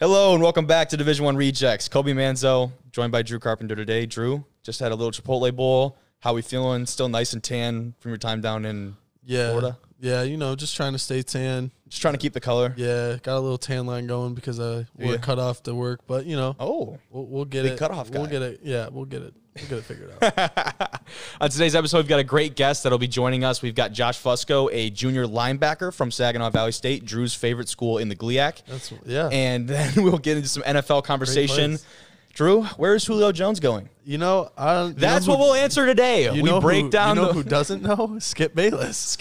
Hello and welcome back to Division One Rejects. Kobe Manzo, joined by Drew Carpenter today. Drew just had a little Chipotle bowl. How we feeling? Still nice and tan from your time down in. Yeah. Florida? Yeah, you know, just trying to stay tan. Just trying to keep the color. Yeah, got a little tan line going because I Yeah. were cut off to work, but you know, Oh. we'll, we'll get Big it. cutoff We'll guy. get it. Yeah, we'll get it. We'll get it figured out. On today's episode, we've got a great guest that'll be joining us. We've got Josh Fusco, a junior linebacker from Saginaw Valley State, Drew's favorite school in the GLIAC. That's yeah. And then we'll get into some NFL conversation. place. Drew, where is Julio Jones going? you know, I don't- you That's know what who- we'll answer today. you we know break who, down You know the, who doesn't know? Skip Bayless.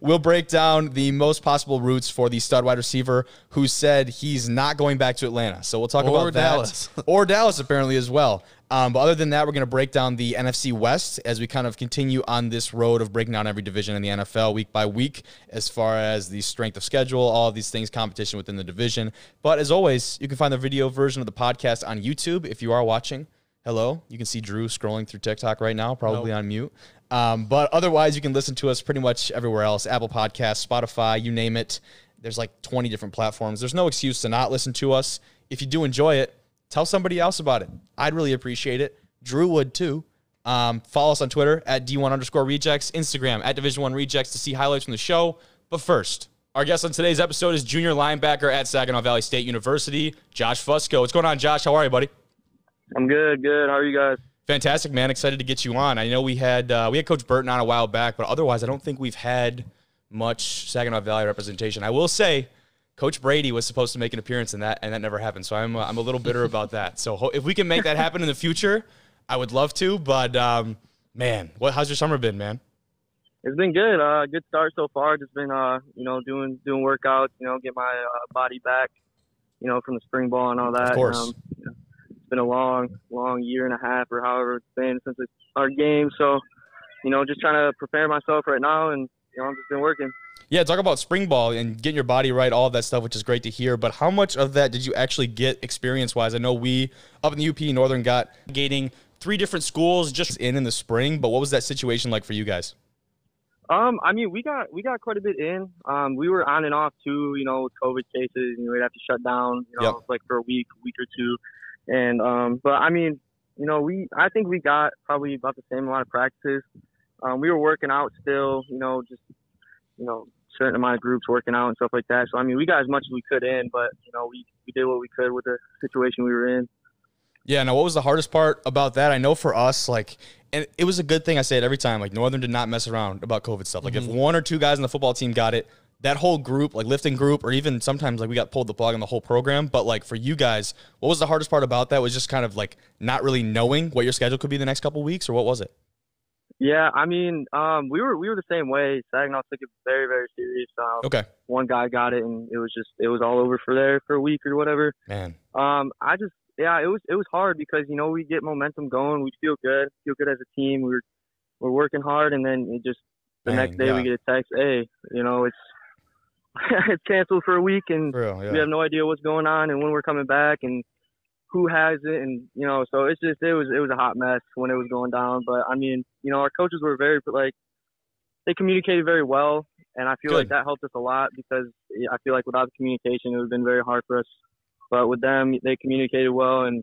We'll break down the most possible routes for the stud wide receiver who said he's not going back to Atlanta. So we'll talk Or about that. Dallas. or Dallas apparently as well. Um, but other than that, we're going to break down the NFC West as we kind of continue on this road of breaking down every division in the NFL week by week, as far as the strength of schedule, all of these things, competition within the division. But as always, you can find the video version of the podcast on YouTube if you are watching. Hello, you can see Drew scrolling through TikTok right now, probably on mute. Um, but otherwise, you can listen to us pretty much everywhere else Apple Podcasts, Spotify, you name it. There's like 20 different platforms. There's no excuse to not listen to us. If you do enjoy it, tell somebody else about it. I'd really appreciate it. Drew would too. Um, follow us on Twitter at D1 underscore rejects, Instagram at Division One rejects to see highlights from the show. But first, our guest on today's episode is junior linebacker at Saginaw Valley State University, Josh Fusco. What's going on, Josh? How are you, buddy? I'm good, good. How are you guys? Fantastic, man! Excited to get you on. I know we had uh, we had Coach Burton on a while back, but otherwise, I don't think we've had much Saginaw Valley representation. I will say, Coach Brady was supposed to make an appearance in that, and that never happened. So I'm uh, I'm a little bitter about that. So ho- if we can make that happen in the future, I would love to. But um, man, what how's your summer been, man? It's been good. Uh, good start so far. Just been, uh, you know, doing doing workouts. You know, get my uh, body back. You know, from the spring ball and all that. course. you know, it's been a long, long year and a half or however it's been since it's our game. So, you know, just trying to prepare myself right now, and you know, I've just been working. Yeah, talk about spring ball and getting your body right, all of that stuff, which is great to hear. But how much of that did you actually get experience wise? I know we up in the UP Northern got gating three different schools just in in the spring, but what was that situation like for you guys? Um, I mean, we got we got quite a bit in. Um, we were on and off too. You know, with COVID cases, and we'd have to shut down. You know, like for a week, week or two, and um, but I mean, you know, we I think we got probably about the same amount of practices. Um, we were working out still. You know, just you know, certain amount of groups working out and stuff like that. So I mean, we got as much as we could in, but you know, we we did what we could with the situation we were in. Yeah, now what was the hardest part about that? I know for us, like, and it was a good thing I say it every time, like, Northern did not mess around about COVID stuff. Like, if one or two guys on the football team got it, that whole group, like lifting group, or even sometimes like we got pulled the plug on the whole program. But like for you guys, what was the hardest part about that? Was just kind of like not really knowing what your schedule could be the next couple weeks, or what was it? Yeah, I mean, um, we were we were the same way. Saginaw took it very very serious. Um, Okay, one guy got it and it was just it was all over for there for a week or whatever. man. Um, I just yeah, it was it was hard because you know we get momentum going, we feel good, feel good as a team. We're we're working hard, and then it just the Dang, next day yeah. we get a text, hey, you know it's it's canceled for a week, and For real, yeah. we have no idea what's going on and when we're coming back and who has it and you know so it's just it was it was a hot mess when it was going down but i mean you know our coaches were very like they communicated very well and i feel like Good. that helped us a lot because yeah, i feel like without the communication it would have been very hard for us but with them they communicated well and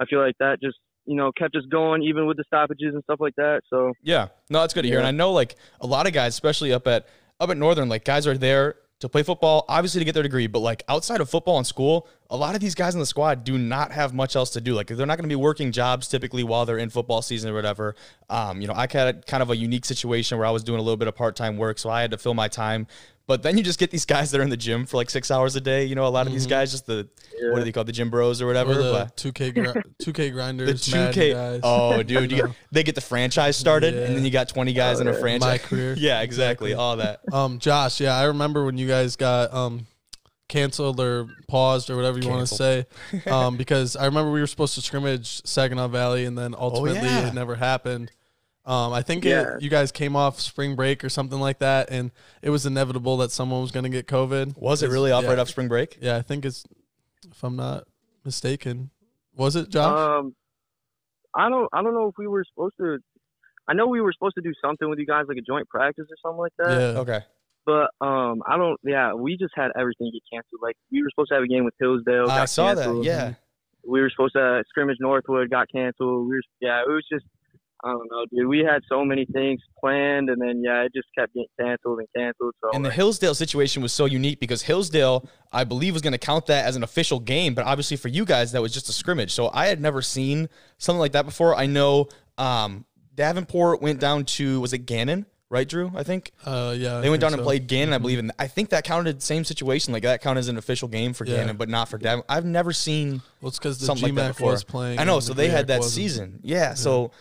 i feel like that just you know kept us going even with the stoppages and stuff like that so Yeah, no, that's good to hear. And Yeah. I know like a lot of guys, especially up at up at Northern, like guys are there to play football, obviously to get their degree, but like outside of football and school, a lot of these guys in the squad do not have much else to do. Like they're not going to be working jobs typically while they're in football season or whatever. Um, you know, I had kind of a unique situation where I was doing a little bit of part time work, so I had to fill my time. But then you just get these guys that are in the gym for like six hours a day. You know, a lot of these guys just the what are they called, the gym bros or whatever. Or the but- two K two K the grinders. two Madden K. guys. Oh, dude, you got, they get the franchise started, Yeah. and then you got twenty guys in a franchise. My career. yeah, exactly. All that. Um, Josh, yeah, I remember when you guys got um canceled or paused or whatever you want to say, um, because I remember we were supposed to scrimmage Saginaw Valley and then ultimately Oh, yeah. it never happened. Um, I think it- Yeah. you guys came off spring break or something like that, and it was inevitable that someone was going to get COVID. Was it It's- really off yeah. right off spring break? Yeah, I think it's, if I'm not mistaken, was it Josh? um i don't i don't know if we were supposed to i know we were supposed to do something with you guys like a joint practice or something like that yeah, Uh, Okay. But um, I don't. Yeah, we just had everything get canceled. Like we were supposed to have a game with Hillsdale. I got saw canceled. that. Yeah. We were supposed to uh, scrimmage Northwood. Got canceled. We were. Yeah, it was just. I don't know, dude. We had so many things planned, and then yeah, it just kept getting canceled and canceled. So And the Hillsdale situation was so unique because Hillsdale, I believe, was going to count that as an official game, but obviously for you guys, that was just a scrimmage. So I had never seen something like that before. I know um, Davenport went down to was it Gannon, right, Drew? I think Uh, yeah. I they went think down and so. Mm-hmm. played Gannon, I believe, and I think that counted same situation. Like that counted as an official game for Yeah. Gannon, but not for Davenport. I've never seen Well, it's because the something GMAC like that before. was playing. I know, and so the they GMAC had that wasn't. season. Yeah, so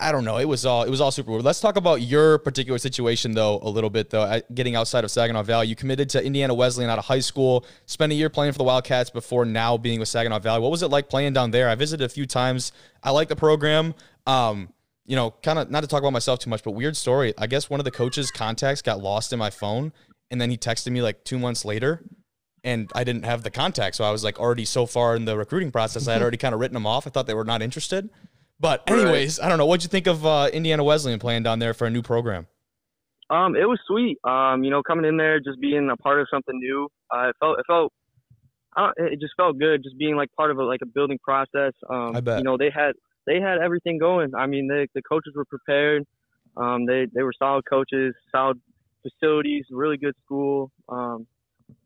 I don't know. It was all it was all super weird. Let's talk about your particular situation though a little bit though. At- Getting outside of Saginaw Valley, you committed to Indiana Wesleyan out of high school. Spent a year playing for the Wildcats before now being with Saginaw Valley. What was it like playing down there? I visited a few times. I like the program. Um, you know, kind of not to talk about myself too much, but weird story. I guess one of the coaches' contacts got lost in my phone, and then he texted me like two months later and I didn't have the contact. So I was like already so far in the recruiting process, I had already kind of written them off. I thought they were not interested. But Right. anyways, I don't know. What'd you think of uh, Indiana Wesleyan playing down there for a new program? Um, it was sweet. Um, you know, coming in there, just being a part of something new. Uh, it felt, it felt, I don't, it just felt good, just being like part of a, like a building process. Um, I bet. you know, they had, they had everything going. I mean, the the coaches were prepared. Um, they, they were solid coaches, solid facilities, really good school. Um,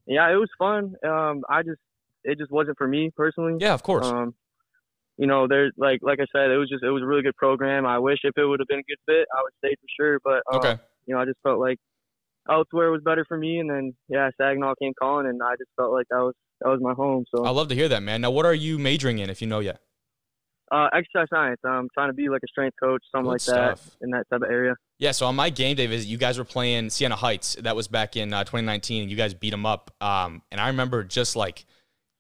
yeah, it was fun. Um, I just, it just wasn't for me personally. Yeah, of course. Um, you know, there's like like I said, it was just it was a really good program. I wish if it would have been a good fit, I would stay for sure. But um, Okay. you know, I just felt like elsewhere was better for me. And then yeah, Saginaw came calling, and I just felt like that was that was my home. So I love to hear that, man. Now, what are you majoring in, if you know yet? uh, exercise science. I'm trying to be like a strength coach, something Good like that stuff. in that type of area. Yeah, so on my game day visit, you guys were playing Siena Heights. That was back in uh, 2019, and you guys beat them up. Um, and I remember just like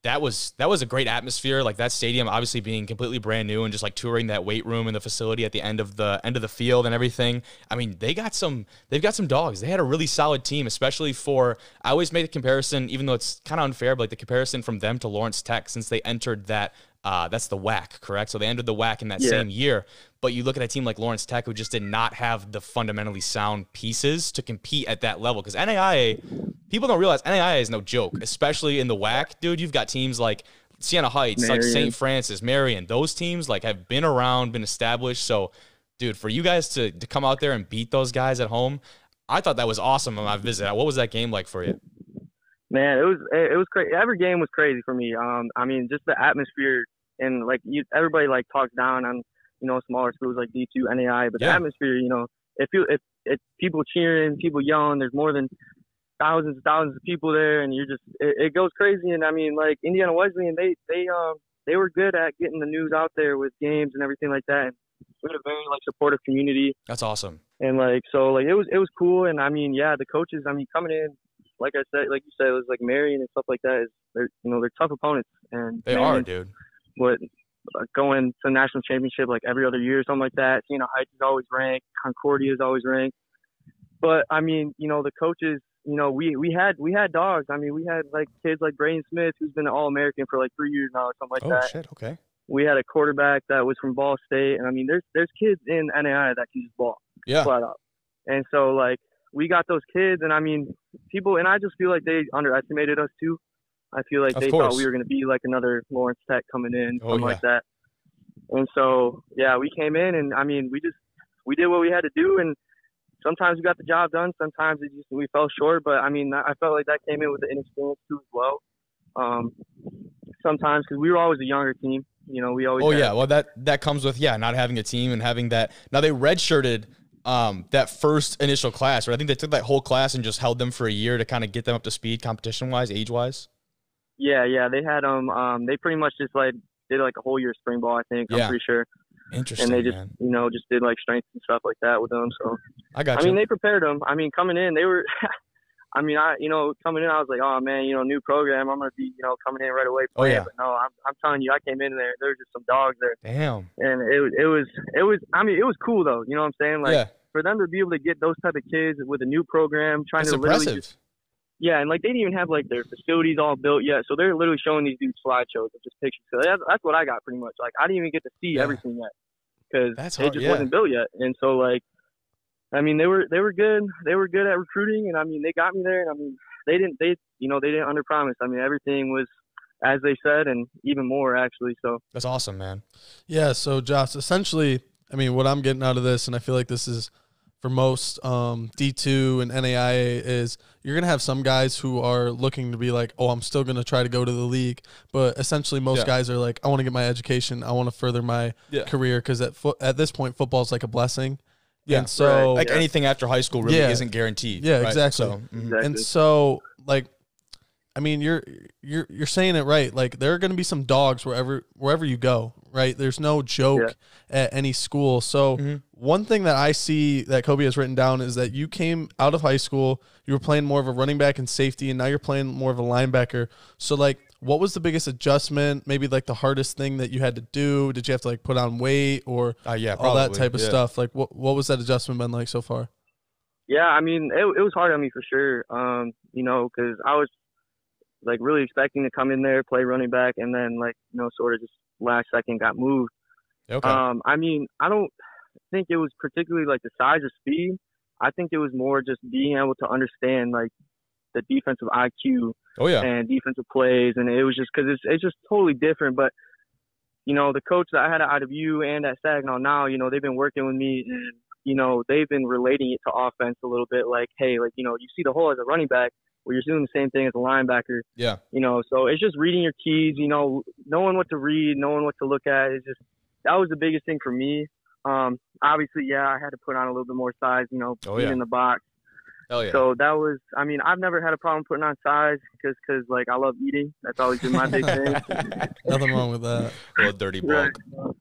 that was that was a great atmosphere. Like that stadium, obviously being completely brand new, and just like touring that weight room and the facility at the end of the end of the field and everything. I mean, they got some they've got some dogs. They had a really solid team, especially for. I always made the comparison, even though it's kind of unfair, but like the comparison from them to Lawrence Tech since they entered that. Uh, that's the WAC, correct? So they entered the WAC in that Yeah. same year. But you look at a team like Lawrence Tech, who just did not have the fundamentally sound pieces to compete at that level. Because NAIA, people don't realize NAIA is no joke, especially in the WAC, dude. You've got teams like Siena Heights, like Marion. St. Francis, Marion. Those teams like have been around, been established. So, dude, for you guys to to come out there and beat those guys at home, I thought that was awesome on my visit. What was that game like for you? Man, it was it it was crazy. Every game was crazy for me. Um, I mean, just the atmosphere and like you, everybody like talks down on you know smaller schools like D two NAI, but Yeah. the atmosphere, you know, if you if if people cheering, people yelling, there's more than thousands and thousands of people there, and you're just it, it goes crazy. And I mean, like Indiana Wesleyan, they they um they were good at getting the news out there with games and everything like that. And we had a very like supportive community That's awesome. and like so like it was it was cool and i mean yeah the coaches i mean coming in like i said like you said it was like marion and stuff like that is they're you know they're tough opponents and They are, Marion, dude. what like, going to national championship like every other year or something like that you know heights is always ranked concordia is always ranked but i mean you know the coaches you know we we had we had dogs i mean we had like kids like braden smith who's been an all-american for like three years now or something like that Oh, shit. Okay. we had a quarterback that was from ball state and i mean there's there's kids in nai that can just ball Yeah. flat out. And so like we got those kids, and I mean people, and I just feel like they underestimated us too. I feel like Of they course. thought we were going to be like another Lawrence Tech coming in, Oh, something like that. And so yeah, we came in, and I mean we just we did what we had to do, and sometimes we got the job done, sometimes it just we fell short. But I mean I felt like that came in with the inexperience too as well. Um, sometimes because we were always a younger team, you know, we always Oh had- yeah, well that that comes with yeah, not having a team and having that. Now they redshirted um, that first initial class, right? I think they took that whole class and just held them for a year to kind of get them up to speed, competition wise, age wise. Yeah, yeah, they had um um they pretty much just like did like a whole year of spring ball, I think. Yeah. I'm pretty sure, Interesting, and they just man. you know just did like strength and stuff like that with them. So I got I you. mean, they prepared them. I mean, coming in, they were. I mean, I you know coming in, I was like, oh man, you know, new program, I'm gonna be you know coming in right away. Oh, playing." yeah. But no, I'm I'm telling you, I came in there. There was just some dogs there, Damn. and it was- it was it was. I mean, it was cool though. You know what I'm saying? Like yeah, for them to be able to get those type of kids with a new program, trying it's to literally just impressive. yeah, and like they didn't even have like their facilities all built yet, so they're literally showing these dudes slideshows of just pictures. So that's, that's what I got pretty much. Like I didn't even get to see Yeah. everything yet because That's it hard, just yeah. wasn't built yet. And so like I mean, they were they were good. They were good at recruiting, and I mean, they got me there. And I mean, they didn't they you know they didn't underpromise. I mean, everything was as they said, and even more actually. So That's awesome, man. Yeah. So, Josh, essentially, I mean, what I'm getting out of this, and I feel like this is for most um, D2 and NAIA, is you're going to have some guys who are looking to be like, oh, I'm still going to try to go to the league. But essentially, most Yeah. guys are like, I want to get my education. I want to further my Yeah. career because at, fo- at this point, football is like a blessing. Yeah. And so, Like Yeah. anything after high school really Oh, Yeah. isn't guaranteed. Yeah, right? exactly. So, mhm. exactly. and so like i mean you're you're you're saying it right like there are going to be some dogs wherever wherever you go right there's no joke at any school so Mm-hmm. one thing that i see that kobe has written down is that you came out of high school you were playing more of a running back and safety and now you're playing more of a linebacker so like what was the biggest adjustment maybe like the hardest thing that you had to do did you have to like put on weight or Uh, yeah, all that probably, type of yeah. stuff like what what was that adjustment been like so far Yeah, I mean, it, it was hard on me for sure. Um, you know, 'cause I was like really expecting to come in there, play running back, and then like you know, sort of just last second got moved. Okay. Um, I mean, I don't think it was particularly like the size or speed. I think it was more just being able to understand like the defensive IQ oh yeah. and defensive plays, and it was just because it's it's just totally different. But you know, the coach that I had at IW and at Saginaw now, you know, they've been working with me, and you know, they've been relating it to offense a little bit. Like, hey, like you know, you see the hole as a running back, where you're doing the same thing as a linebacker. Yeah. You know, so it's just reading your keys. You know, knowing what to read, knowing what to look at. It's just that was the biggest thing for me. Um, obviously, yeah, I had to put on a little bit more size. You know, Oh, being yeah. in the box. Hell yeah. So that was, I mean, I've never had a problem putting on size because, cause, like, I love eating. That's always been my big thing. nothing wrong with that Little dirty Right. bulk.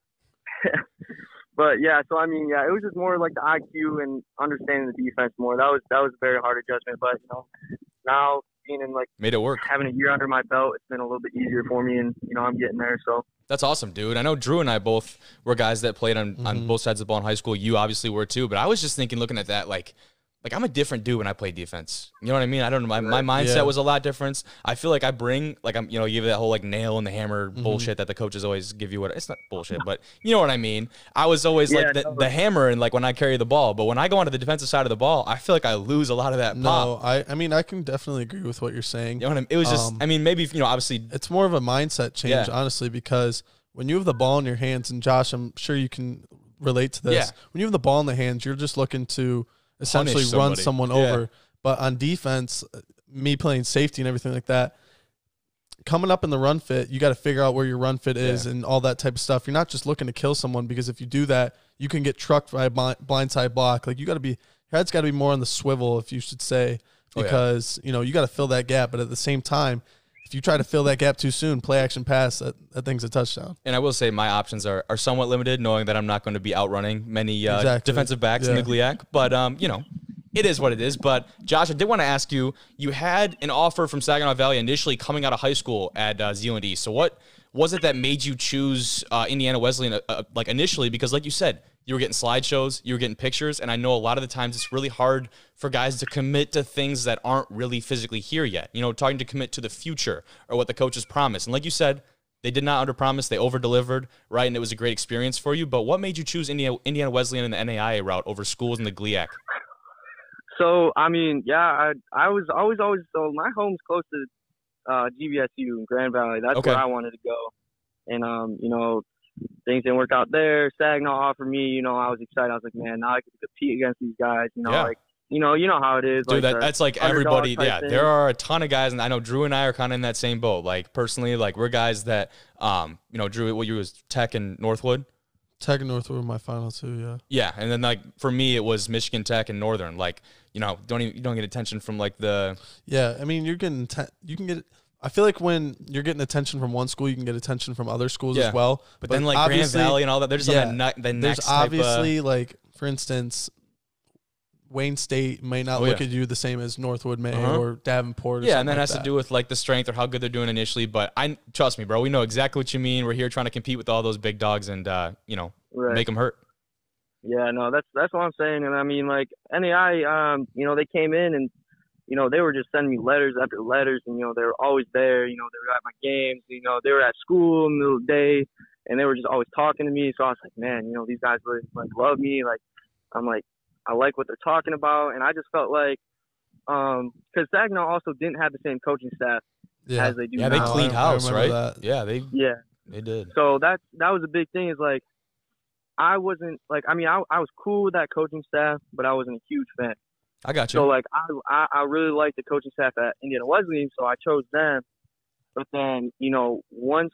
But yeah, so I mean, yeah, it was just more like the IQ and understanding the defense more. That was that was a very hard adjustment. But you know, now being in like Made it work. having a year under my belt, it's been a little bit easier for me, and you know, I'm getting there. So That's awesome, dude. I know Drew and I both were guys that played on, on Mhm. both sides of the ball in high school. You obviously were too, but I was just thinking, looking at that, like, like I'm a different dude when I play defense. You know what I mean? I don't know. My, my mindset Yeah. was a lot different. I feel like I bring, like I'm, you know, you give that whole like nail and the hammer Mm-hmm. bullshit that the coaches always give you. What it's not bullshit, but you know what I mean. I was always Yeah, like the, no. the hammer and like when I carry the ball, but when I go onto the defensive side of the ball, I feel like I lose a lot of that pop. No, I, I mean I can definitely agree with what you're saying. You know what I mean? It was just, Um, I mean, maybe you know, obviously It's more of a mindset change, Yeah. honestly, because when you have the ball in your hands, and Josh, I'm sure you can relate to this. Yeah. When you have the ball in the hands, you're just looking to essentially run somebody. someone Yeah. over. But on defense, uh, me playing safety and everything like that, coming up in the run fit, you got to figure out where your run fit is and all that type of stuff. You're not just looking to kill someone because if you do that, you can get trucked by a bli- blindside block. Like you got to be your head's got to be more on the swivel, if you should say, Oh, yeah. because you know you got to fill that gap. But at the same time, if you try to fill that gap too soon, play action pass that, that thing's a touchdown. and I will say my options are, are somewhat limited, knowing that I'm not going to be outrunning many uh, Exactly. defensive backs in Yeah. the GLIAC. But um, you know, it is what it is. But Josh, I did want to ask you: you had an offer from Saginaw Valley initially coming out of high school at uh, Zealand East. So what was it that made you choose uh, Indiana Wesleyan uh, uh, like initially? Because like you said, you were getting slideshows, you were getting pictures, and I know a lot of the times it's really hard for guys to commit to things that aren't really physically here yet. You know, talking to commit to the future or what the coaches promise. And like you said. They did not underpromise; they overdelivered, right? And it was a great experience for you. But what made you choose Indiana, Indiana Wesleyan and the NAIA route over schools in the GLIAC? So I mean, yeah, I I was always always so my home's close to uh GVSU in Grand Valley. That's Okay. where I wanted to go. And um, you know, things didn't work out there. Saginaw offered me, you know, I was excited. I was like, man, now I can compete against these guys, you know, Yeah. like you know, you know how it is. Dude, like uh, that, the- that's like underdog everybody. type Yeah, thing. there are a ton of guys, and I know Drew and I are kind of in that same boat. Like personally, like we're guys that, um, you know, Drew, what you was Tech and Northwood. Tech and North were my final two, yeah. Yeah, and then like for me, it was Michigan Tech and Northern. Like you know, don't even you don't get attention from like the Yeah, I mean, you're getting te- you can get. I feel like when you're getting attention from one school, you can get attention from other schools Yeah. as well. but, then like Grand obviously- Valley and all that. They're just yeah, on that ne- the next There's type of- obviously like, for instance, Wayne State may not Oh, look yeah. at you the same as Northwood may Uh-huh. or Davenport. Or Yeah, and something that like has to do with like the strength or how good they're doing initially. But I trust me, bro. We know exactly what you mean. We're here trying to compete with all those big dogs and uh, you know Right. make them hurt. Yeah, no, that's that's what I'm saying. And I mean, like NAI, um, you know, they came in and you know they were just sending me letters after letters, and you know they were always there. You know, they were at my games. You know, they were at school in the middle of the day, and they were just always talking to me. So I was like, man, you know, these guys really like love me. Like, I'm like, I like what they're talking about, and I just felt like because Saginaw also didn't have the same coaching staff Yeah. as they do Yeah, they now. cleaned house, right? remember that. Yeah, they yeah, they did. so that's that was a big thing. Is like I wasn't like I mean I I was cool with that coaching staff, but I wasn't a huge fan. I got you. So like I, I I really liked the coaching staff at Indiana Wesleyan, so I chose them. But then you know once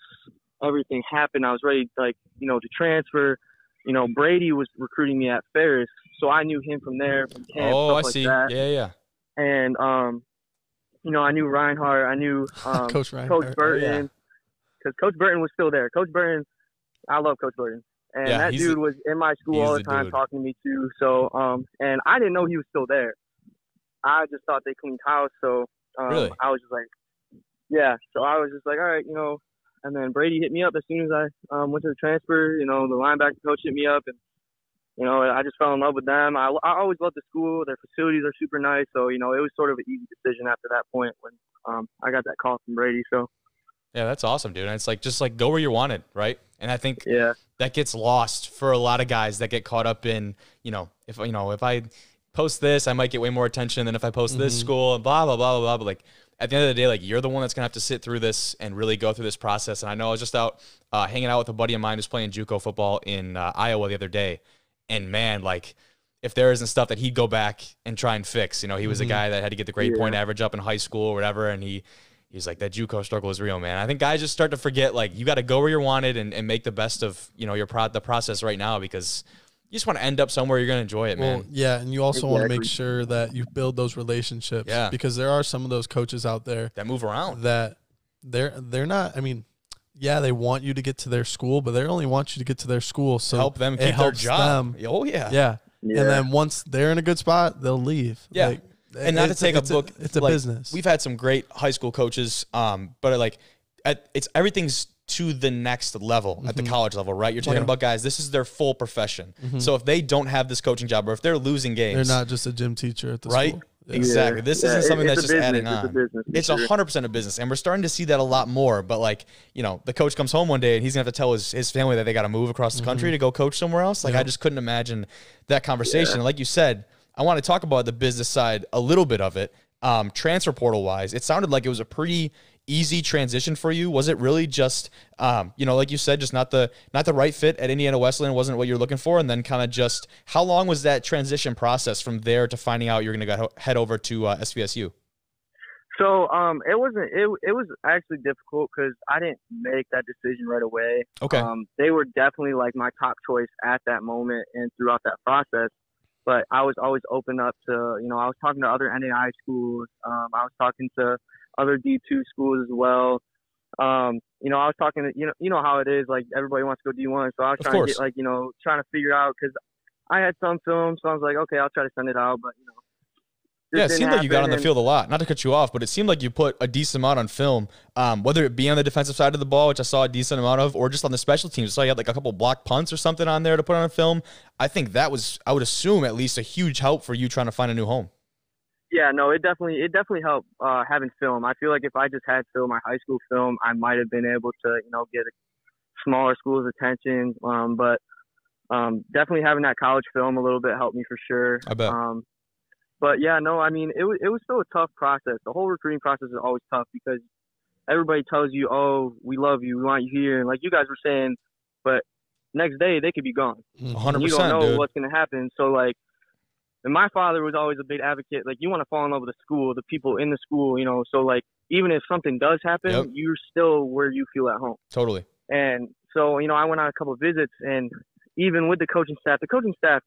everything happened, I was ready like you know to transfer. You know Brady was recruiting me at Ferris, so I knew him from there from camp. oh, stuff I like see. That. Yeah, yeah. And um, you know I knew Reinhardt, I knew um, Coach Ryan. Coach Burton, yeah. Burton, because Coach Burton was still there. Coach Burton, I love Coach Burton, and Yeah, that he's dude was in my school he's all the the time dude. talking to me too. So, um, and I didn't know he was still there. I just thought they cleaned house, so um, Really? I was just like, yeah. So I was just like, all right, you know. And then Brady hit me up as soon as I um, went to the transfer. You know, the linebacker coach hit me up, and you know, I just fell in love with them. I, I always loved the school. Their facilities are super nice, so you know, it was sort of an easy decision after that point when um, I got that call from Brady. So Yeah, that's awesome, dude. And it's like just like go where you're wanted, right? And I think yeah. that gets lost for a lot of guys that get caught up in, you know, if you know, if I post this, I might get way more attention than if I post this Mhm. school and blah blah blah blah blah. But like at the end of the day, like you're the one that's gonna have to sit through this and really go through this process. And I know I was just out uh, hanging out with a buddy of mine who's playing JUCO football in uh, Iowa the other day, and man, like if there isn't stuff that he'd go back and try and fix, you know, he was Mhm. a guy that had to get the grade Yeah. point average up in high school or whatever, and he he's like that JUCO struggle is real, man. I think guys just start to forget like you got to go where you're wanted and, and make the best of you know your pro- the process right now because you just want to end up somewhere you're gonna enjoy it, Well, man. yeah, and you also want to make Exactly. sure that you build those relationships. Yeah. Because there are some of those coaches out there That move around, that they're they're not. I mean, yeah, they want you to get to their school, but they only want you to get to their school. So help them it keep their helps job. them. Oh yeah, Yeah. Yeah. And then once they're in a good spot, they'll leave. Yeah. Like, and not to it's- take a it's book. It's a like, business. We've had some great high school coaches, um, but like, at, it's everything's to the next level at the college level, right? You're talking Mm-hmm. Yeah. Mm-hmm. about guys. This is their full profession. So if they don't have this coaching job, or if they're losing They're games, not just a gym teacher at the right? school. Exactly. This Yeah, isn't it- something it's that's just a business, adding it's on. a business, for It's sure. a hundred percent a business, and we're starting to see that a lot more. But like, you know, the coach comes home one day and he's gonna have to tell his, his family that they got to move across the country to go coach somewhere else. Like, I just couldn't imagine that conversation. Like you said, I want to talk about the business side a little bit of it. Um, transfer portal wise, it sounded like it was a pretty easy transition for you. Was it really just, um, you know, like you said, just not the not the right fit at Indiana Wesleyan wasn't what you're looking for, and then kind of just how long was that transition process from there to finding out you're gonna go, head over to uh, SVSU? So um, it wasn't. It it was actually difficult because I didn't make that decision right away. Okay. Um, they were definitely like my top choice at that moment and throughout that process. But I was always open up to you know I was talking to other NAI schools. Um, I was talking to other D two schools as well. Um, you know I was talking to you know you know how it is like everybody wants to go D one. So I was Of trying to course. get like you know trying to figure out because I had some film, so I was like okay I'll try to send it out, but you know. just Yeah, it didn't seemed like you got happen, on the and- field a lot. Not to cut you off, but it seemed like you put a decent amount on film, um, whether it be on the defensive side of the ball, which I saw a decent amount of, or just on the special teams. So you had like a couple block punts or something on there to put on film. I think that was, I would assume, at least a huge help for you trying to find a new home. Yeah, no, it definitely it definitely helped uh, having film. I feel like if I just had film, my high school film, I might have been able to you know get a smaller school's attention. Um, but um, definitely having that college film a little bit helped me for sure. I bet. Um, but yeah, no, I mean it was it was still a tough process. The whole recruiting process is always tough because everybody tells you, oh, we love you, we want you here, and like you guys were saying, but next day they could be gone. Mhm. hundred And you don't percent, know dude. what's going to happen. So like, and my father was always a big advocate. Like, you want to fall in love with the school, the people in the school, you know. So like, even if something does happen, Yep. you're still where you feel at home. Totally. And so you know, I went on a couple of visits, and even with the coaching staff, the coaching staff,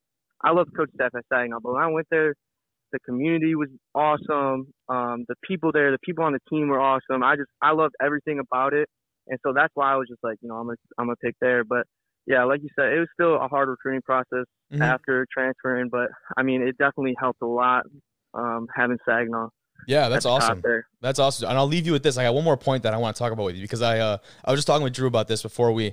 I love the coaching staff at Saginaw, but when I went there. The community was awesome. Um, the people there, the people on the team were awesome. I just, I loved everything about it, and so that's why I was just like, you know, I'm gonna, I'm gonna pick there. But yeah, like you said, it was still a hard recruiting process Mhm. after transferring, but I mean, it definitely helped a lot um, having Saginaw. Yeah, at that's the top awesome. There. That's awesome. And I'll leave you with this. I got one more point that I want to talk about with you because I uh, I was just talking with Drew about this before we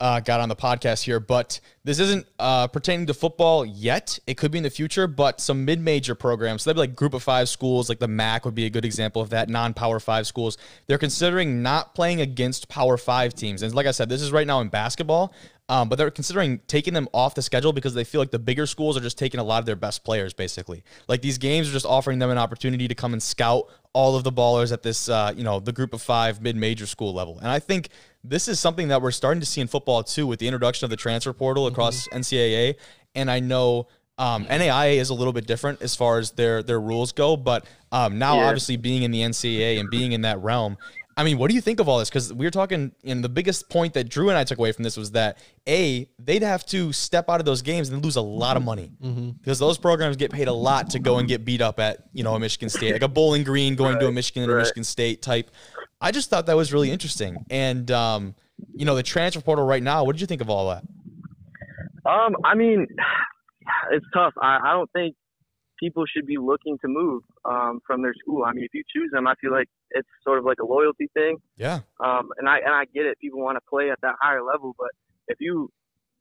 uh, got on the podcast here. But this isn't uh, pertaining to football yet. It could be in the future. But some mid-major programs, so that'd be like Group of Five schools, like the MAC would be a good example of that. Non-Power Five schools, they're considering not playing against Power Five teams. And like I said, this is right now in basketball. Um, but they're considering taking them off the schedule because they feel like the bigger schools are just taking a lot of their best players, basically. Like these games are just offering them an opportunity to come and scout all of the ballers at this, uh, you know, the group of five mid major school level. And I think this is something that we're starting to see in football too with the introduction of the transfer portal across mm-hmm. NCAA. And I know um, NAIA is a little bit different as far as their their rules go, but um, now yeah. obviously being in the NCAA and being in that realm, I mean, what do you think of all this? Because we were talking, and the biggest point that Drew and I took away from this was that a they'd have to step out of those games and lose a lot of money mm-hmm. because those programs get paid a lot to go and get beat up at you know a Michigan State, like a Bowling Green going right, to a Michigan right. a Michigan State type. I just thought that was really interesting, and um, you know the transfer portal right now. What did you think of all that? Um, I mean, it's tough. I, I don't think people should be looking to move um, from their school. I mean, if you choose them, I feel like it's sort of like a loyalty thing. Yeah. Um, and I and I get it. People want to play at that higher level, but if you,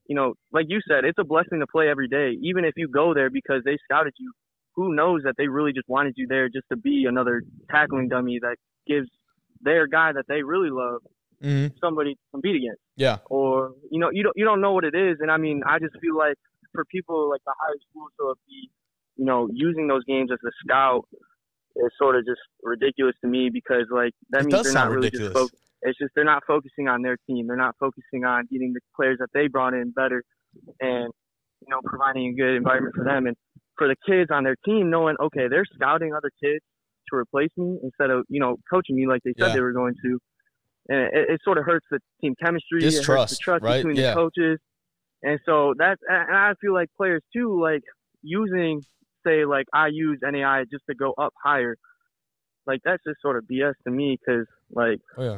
you know, like you said, it's a blessing to play every day. Even if you go there because they scouted you, who knows that they really just wanted you there just to be another tackling dummy that gives their guy that they really love mm-hmm. somebody to compete against. Yeah. Or you know, you don't you don't know what it is, and I mean, I just feel like for people like the higher schools to be, you know, using those games as a scout is sort of just ridiculous to me because like that it means they're not really ridiculous. just fo- it's just they're not focusing on their team. They're not focusing on getting the players that they brought in better and you know providing a good environment for them and for the kids on their team knowing okay they're scouting other kids to replace me instead of you know coaching me like they said yeah. they were going to and it, it, sort of hurts the team chemistry distrust the trust right? between yeah. the coaches and so that's and I feel like players too, like using say like I use NAI just to go up higher, like that's just sort of BS to me because like oh, yeah.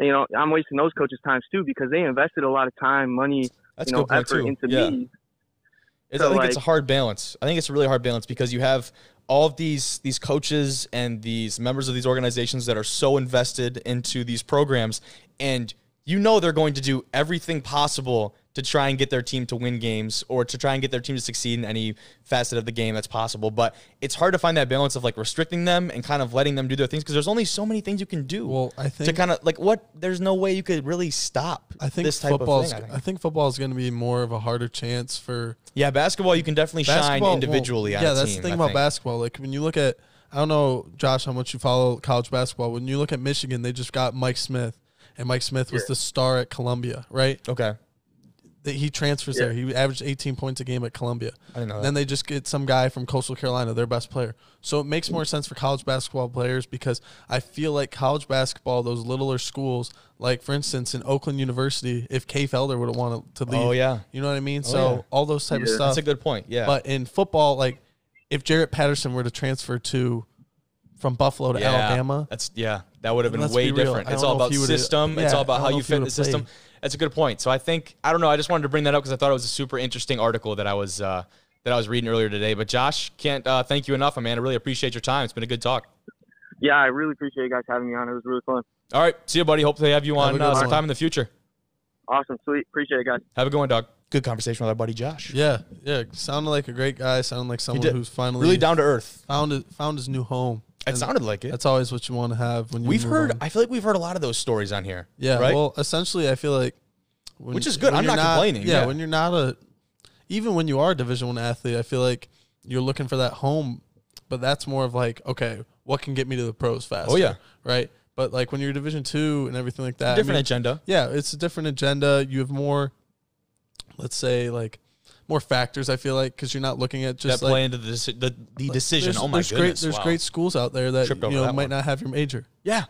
you know I'm wasting those coaches' times too because they invested a lot of time, money, that's you know, effort into yeah. me. It's, so, I think like, it's a hard balance. I think it's a really hard balance because you have all of these these coaches and these members of these organizations that are so invested into these programs and you know they're going to do everything possible to try and get their team to win games or to try and get their team to succeed in any facet of the game that's possible. But it's hard to find that balance of like restricting them and kind of letting them do their things because there's only so many things you can do. Well, I think to kind of like what there's no way you could really stop. I think this type football's, of thing. I think, I think football's going to be more of a harder chance for. Yeah, basketball you can definitely shine individually. Well, yeah, that's team, the thing I about think. basketball. Like when you look at, I don't know, Josh, how much you follow college basketball. When you look at Michigan, they just got Mike Smith. And Mike Smith was yeah. the star at Columbia, right? Okay he transfers yeah. there. He averaged 18 points a game at Columbia. I know. Then they just get some guy from Coastal Carolina, their best player. So it makes more sense for college basketball players because I feel like college basketball, those littler schools, like for instance in Oakland University, if K Felder would have wanted to leave, oh yeah, you know what I mean. Oh, so yeah. all those type yeah. of stuff. That's a good point. Yeah. But in football, like if Jarrett Patterson were to transfer to from Buffalo to Alabama, that's yeah, that would have been way be different. It's all about system. it's all about how you fit the system. Played. That's a good point. So I think I don't know. I just wanted to bring that up because I thought it was a super interesting article that I was uh, that I was reading earlier today. But Josh, can't uh, thank you enough, man. I really appreciate your time. It's been a good talk. Yeah, I really appreciate you guys having me on. It was really fun. All right, see you, buddy. Hope they have you on have uh, sometime in the future. Awesome, sweet. Appreciate it, guys. Have a good one, dog. Good conversation with our buddy Josh. Yeah, yeah. Sounded like a great guy. Sounded like someone who's finally really down to earth. Found found his new home. It sounded like it. That's always what you want to have when you we've heard. On. I feel like we've heard a lot of those stories on here. Yeah. Right? Well, essentially, I feel like when, which is good. I'm not, not, complaining. Yeah, yeah, When you're not a, even when you are a Division One athlete, I feel like you're looking for that home, but that's more of like, okay, what can get me to the pros faster? Oh yeah. Right. But like when you're Division Two and everything like that, different I mean, agenda. Yeah, it's a different agenda. You have more, let's say, like more factors. I feel like because you're not looking at just that like, play into the deci- the, the decision. There's, oh my there's goodness! Great, there's wow. great schools out there that you Tripped over know that might one. not have your major. Yeah,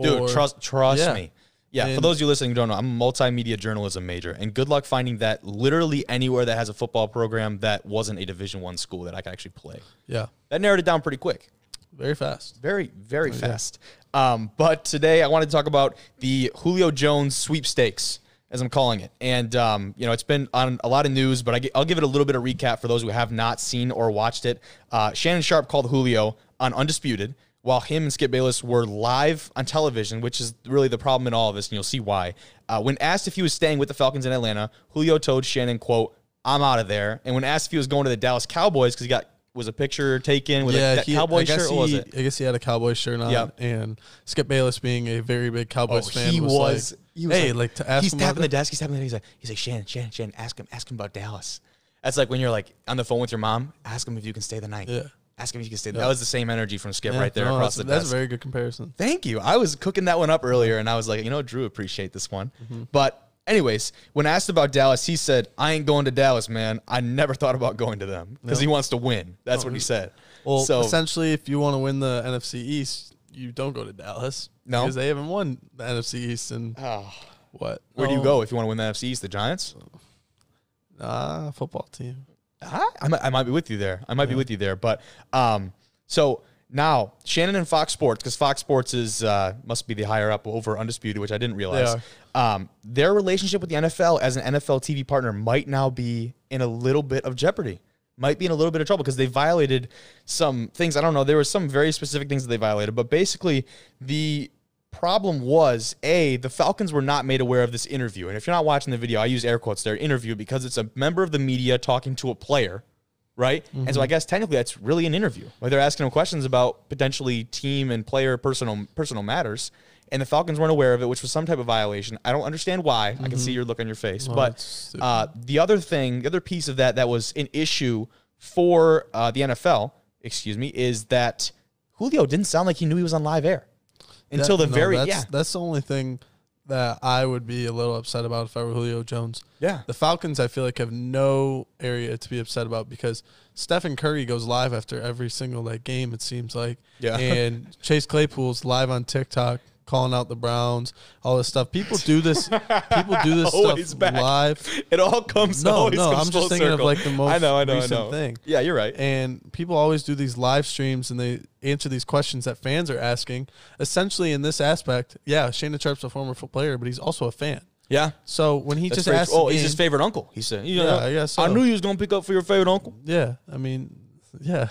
dude. Or- trust trust Yeah. me. Yeah, for And- those of you listening who don't know, I'm a multimedia journalism major, and good luck finding that literally anywhere that has a football program that wasn't a Division One school that I could actually play. Yeah, That narrowed it down pretty quick. very fast. Very, very Oh, fast. Um, but today I wanted to talk about the Julio Jones sweepstakes, as I'm calling it. And, um, you know, it's been on a lot of news, but I gi- I'll give it a little bit of recap for those who have not seen or watched it. Uh, Shannon Sharp called Julio on Undisputed while him and Skip Bayless were live on television, which is really the problem in all of this, and you'll see why. Uh, when asked if he was staying with the Falcons in Atlanta, Julio told Shannon, quote, I'm out of there. And when asked if he was going to the Dallas Cowboys, because he got was a picture taken with a yeah, that he, cowboy I guess shirt. He, What was it? I guess he had a cowboy shirt on. Yeah. Oh, and Skip Bayless being a very big Cowboys fan, he was, was like, He was Hey, like- like to ask he's him tapping the about desk. He's tapping the desk. He's like, he's like, Shannon, Shannon, Shannon, ask him, ask him about Dallas. That's like when you're like on the phone with your mom. Ask him if you can stay the night. Yeah. Ask him if you can stay. That was the same energy from Skip right there No, across that's, the that's desk. a very good comparison. Thank you. I was cooking that one up earlier and I was like, you know, Drew appreciate this one. Mm-hmm. But anyways, when asked about Dallas, he said, I ain't going to Dallas, man. I never thought about going to them because he wants to win. That's what he said. Well, so essentially, if you want to win the NFC East, you don't go to Dallas. No. because they haven't won the NFC East in oh, what? where do you Oh, go if you want to win the NFC East? The Giants? Ah, football team. Ah, I, might, I might be with you there. I might be with you there. But um, so now Shannon and Fox Sports, because Fox Sports is uh, must be the higher up over Undisputed, which I didn't realize. Um, their relationship with the NFL as an NFL TV partner might now be in a little bit of jeopardy. Might be in a little bit of trouble because they violated some things. I don't know. There were some very specific things that they violated, but basically the problem was a the falcons were not made aware of this interview and if you're not watching the video i use air quotes there interview because it's a member of the media talking to a player right Mm-hmm. and so i guess technically that's really an interview like they're asking them questions about potentially team and player personal personal matters and the falcons weren't aware of it which was some type of violation i don't understand why i can see your look on your face Mm-hmm. that's but stupid. uh, the other thing the other piece of that that was an issue for uh, the nfl excuse me is that julio didn't sound like he knew he was on live air until That- the no, very that's, yeah That's the only thing that I would be a little upset about if I were Julio Jones. Yeah. The Falcons, I feel like, have no area to be upset about because Stephen Curry goes live after every single like game. It seems like. Yeah. And Chase Claypool's live on TikTok calling out the Browns, all this stuff. People do this. people do this Always stuff back. live. It all comes. No, always no, comes I'm just full thinking of, circle. like, the most I know, I know, recent I know. thing. Yeah, you're right. and people always do these live streams and they answer these questions that fans are asking. Essentially, in this aspect, yeah, Shannon Sharp's a former football player, but he's also a fan. yeah, So when he That's just very asked, true. Oh, the he's his game- favorite uncle. He said, you know, Yeah, I guess I so. knew you was gonna pick up for your favorite uncle. Yeah, I mean, yeah,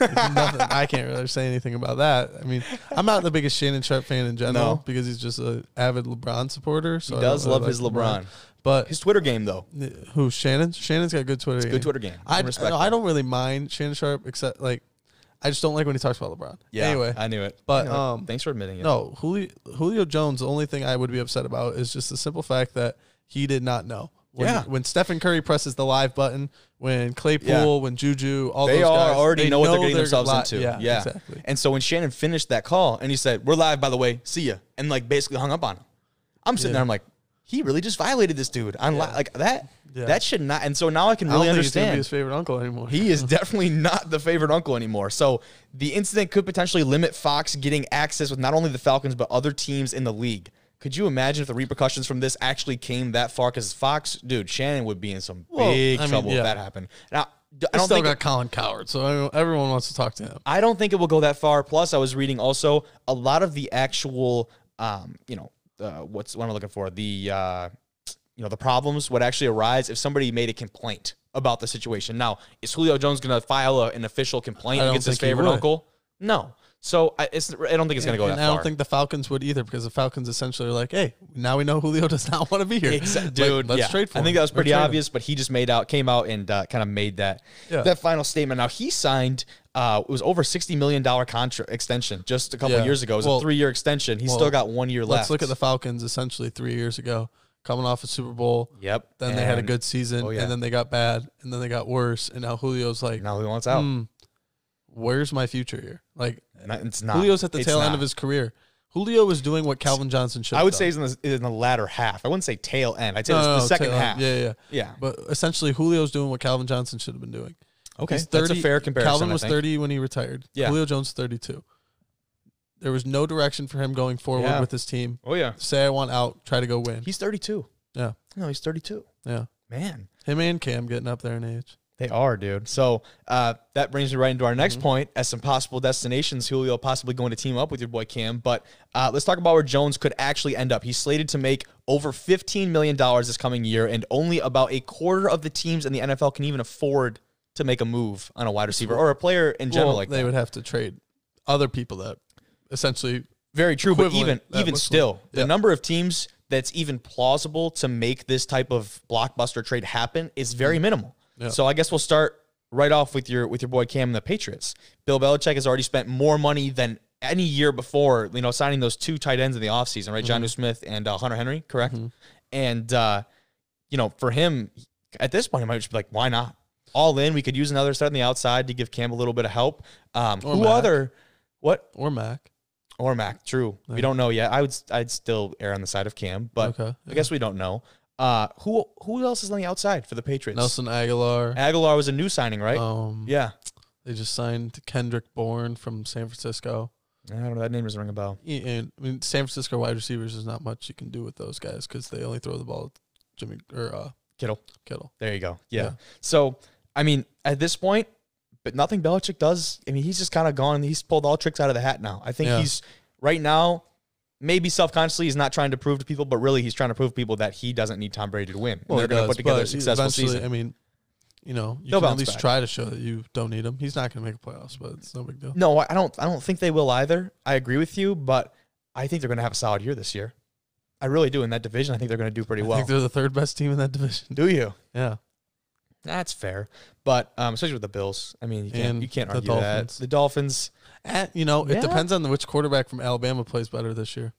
Nothing- I can't really say anything about that. I mean, I'm not the biggest Shannon Sharp fan in general No. because he's just an avid LeBron supporter. So He I does don't really love his LeBron. but His Twitter game though. Who Shannon? Shannon's got good Twitter. Game. good Twitter game. I I, respect no, that. I don't really mind Shannon Sharp except like I just don't like when he talks about LeBron. Yeah, Anyway, I knew it. but, I knew it. um, thanks for admitting it. no Julio, Julio Jones. The only thing I would be upset about is just the simple fact that he did not know. When, Yeah. when Stephen Curry presses the live button, when Claypool, Yeah. when Juju, all they those are guys, already they know what they're getting themselves li- into. Yeah, Yeah, exactly. And so when Shannon finished that call and he said, "We're live, by the way. See ya," and like basically hung up on him. I'm sitting there. I'm like, he really just violated this dude. I'm li- like that. Yeah. That should not. And so now I can I don't really think he's gonna understand. be his favorite uncle anymore. He is definitely not the favorite uncle anymore. So the incident could potentially limit Fox getting access with not only the Falcons but other teams in the league. Could you imagine if the repercussions from this actually came that far? Because Fox, dude, Shannon would be in some Well, big I mean, trouble yeah. if that happened. Now, d- I I don't still think got Colin Coward, so everyone- everyone wants to talk to him. I don't think it will go that far. Plus, I was reading also a lot of the actual, um, you know, uh, what's what am I looking for? The uh, you know the problems would actually arise if somebody made a complaint about the situation. Now, is Julio Jones going to file a, an official complaint I don't against his think he favorite would. uncle? No. So I, it's, I don't think it's going to go that and I far. don't think the Falcons would either because the Falcons essentially are like, hey, now we know Julio does not want to be here. Exa- Like, dude. let's yeah. trade for I him. think that was Let's pretty trade him. obvious, but he just made out, came out, and uh, kind of made that Yeah. that final statement. Now he signed. Uh, it was over sixty million dollar contract extension just a couple Yeah. years ago. It was a Well- three year extension. He's well, still got one year left. Let's look at the Falcons essentially three years ago, coming off a Super Bowl. Yep. Then they had a And- good season, oh, yeah. and then they got bad, and then they got worse, and now Julio's like, now he wants out. "Hmm, where's my future here? Like No, it's not. Julio's at the It's tail end not. of his career. Julio was doing what Calvin Johnson should. I would have say done. he's in the, in the latter half. I wouldn't say tail end. I'd say No, it's no, the no, second tail end. half. Yeah, yeah, Yeah. But essentially, Julio's doing what Calvin Johnson should have been doing. Okay. He's That's a fair comparison, Calvin I was think. 30 when he retired. Yeah. Julio Jones 32. There was no direction for him going forward Yeah. with his team. Oh yeah. Say I want out, try to go win. He's thirty two. Yeah, No, he's thirty two. yeah. Man. Him and Cam getting up there in age. They are, dude. So uh, that brings me right into our next point as some possible destinations Julio possibly going to team up with your boy Cam. But uh, let's talk about where Jones could actually end up. He's slated to make over $15 million this coming year, and only about a quarter of the teams in the NFL can even afford to make a move on a wide receiver or a player in general Well, like they that. would have to trade other people that essentially Very true, but even equivalent, that even looks still, like. the Yeah. number of teams that's even plausible to make this type of blockbuster trade happen is very minimal. Mm. Yeah. So I guess we'll start right off with your with your boy Cam and the Patriots. Bill Belichick has already spent more money than any year before, you know, signing those two tight ends in the offseason, right? Mm-hmm. John New Smith and uh, Hunter Henry, correct? And, uh, you know, for him, at this point, he might just be like, why not? All in. We could use another set on the outside to give Cam a little bit of help. Um, Or who Mac. other? What? or Mac. Or Mac. True. We Okay. don't know yet. I would, I'd still err on the side of Cam, but Okay, I guess we don't know. Uh, who who else is on the outside for the Patriots? Nelson Aguilar. Aguilar was a new signing, right? Um, yeah. they just signed Kendrick Bourne from San Francisco. I don't know. That name doesn't ring a bell. Yeah, And I mean, San Francisco wide receivers is not much you can do with those guys because they only throw the ball at Jimmy or uh, Kittle. Kittle. There you go. Yeah. Yeah. So, I mean, at this point, but nothing Belichick does. I mean, he's just kind of gone. He's pulled all tricks out of the hat now. I think Yeah. he's right now, maybe self consciously, he's not trying to prove to people, but really, he's trying to prove to people that he doesn't need Tom Brady to win. And they're it going to does, put together a but successful eventually, season. I mean, you know, you They'll can at bounce least back. try to show that you don't need him. He's not going to make playoffs, but it's no big deal. No, I don't. I don't think they will either. I agree with you, but I think they're going to have a solid year this year. I really do. In that division, I think they're going to do pretty I well. think they're the third best team in that division. Do you? Yeah, That's fair, but um, especially with the Bills. I mean, you can't And you can't the argue that Dolphins. the Dolphins. and, Eh, you know, Yeah. it depends on which quarterback from Alabama plays better this year.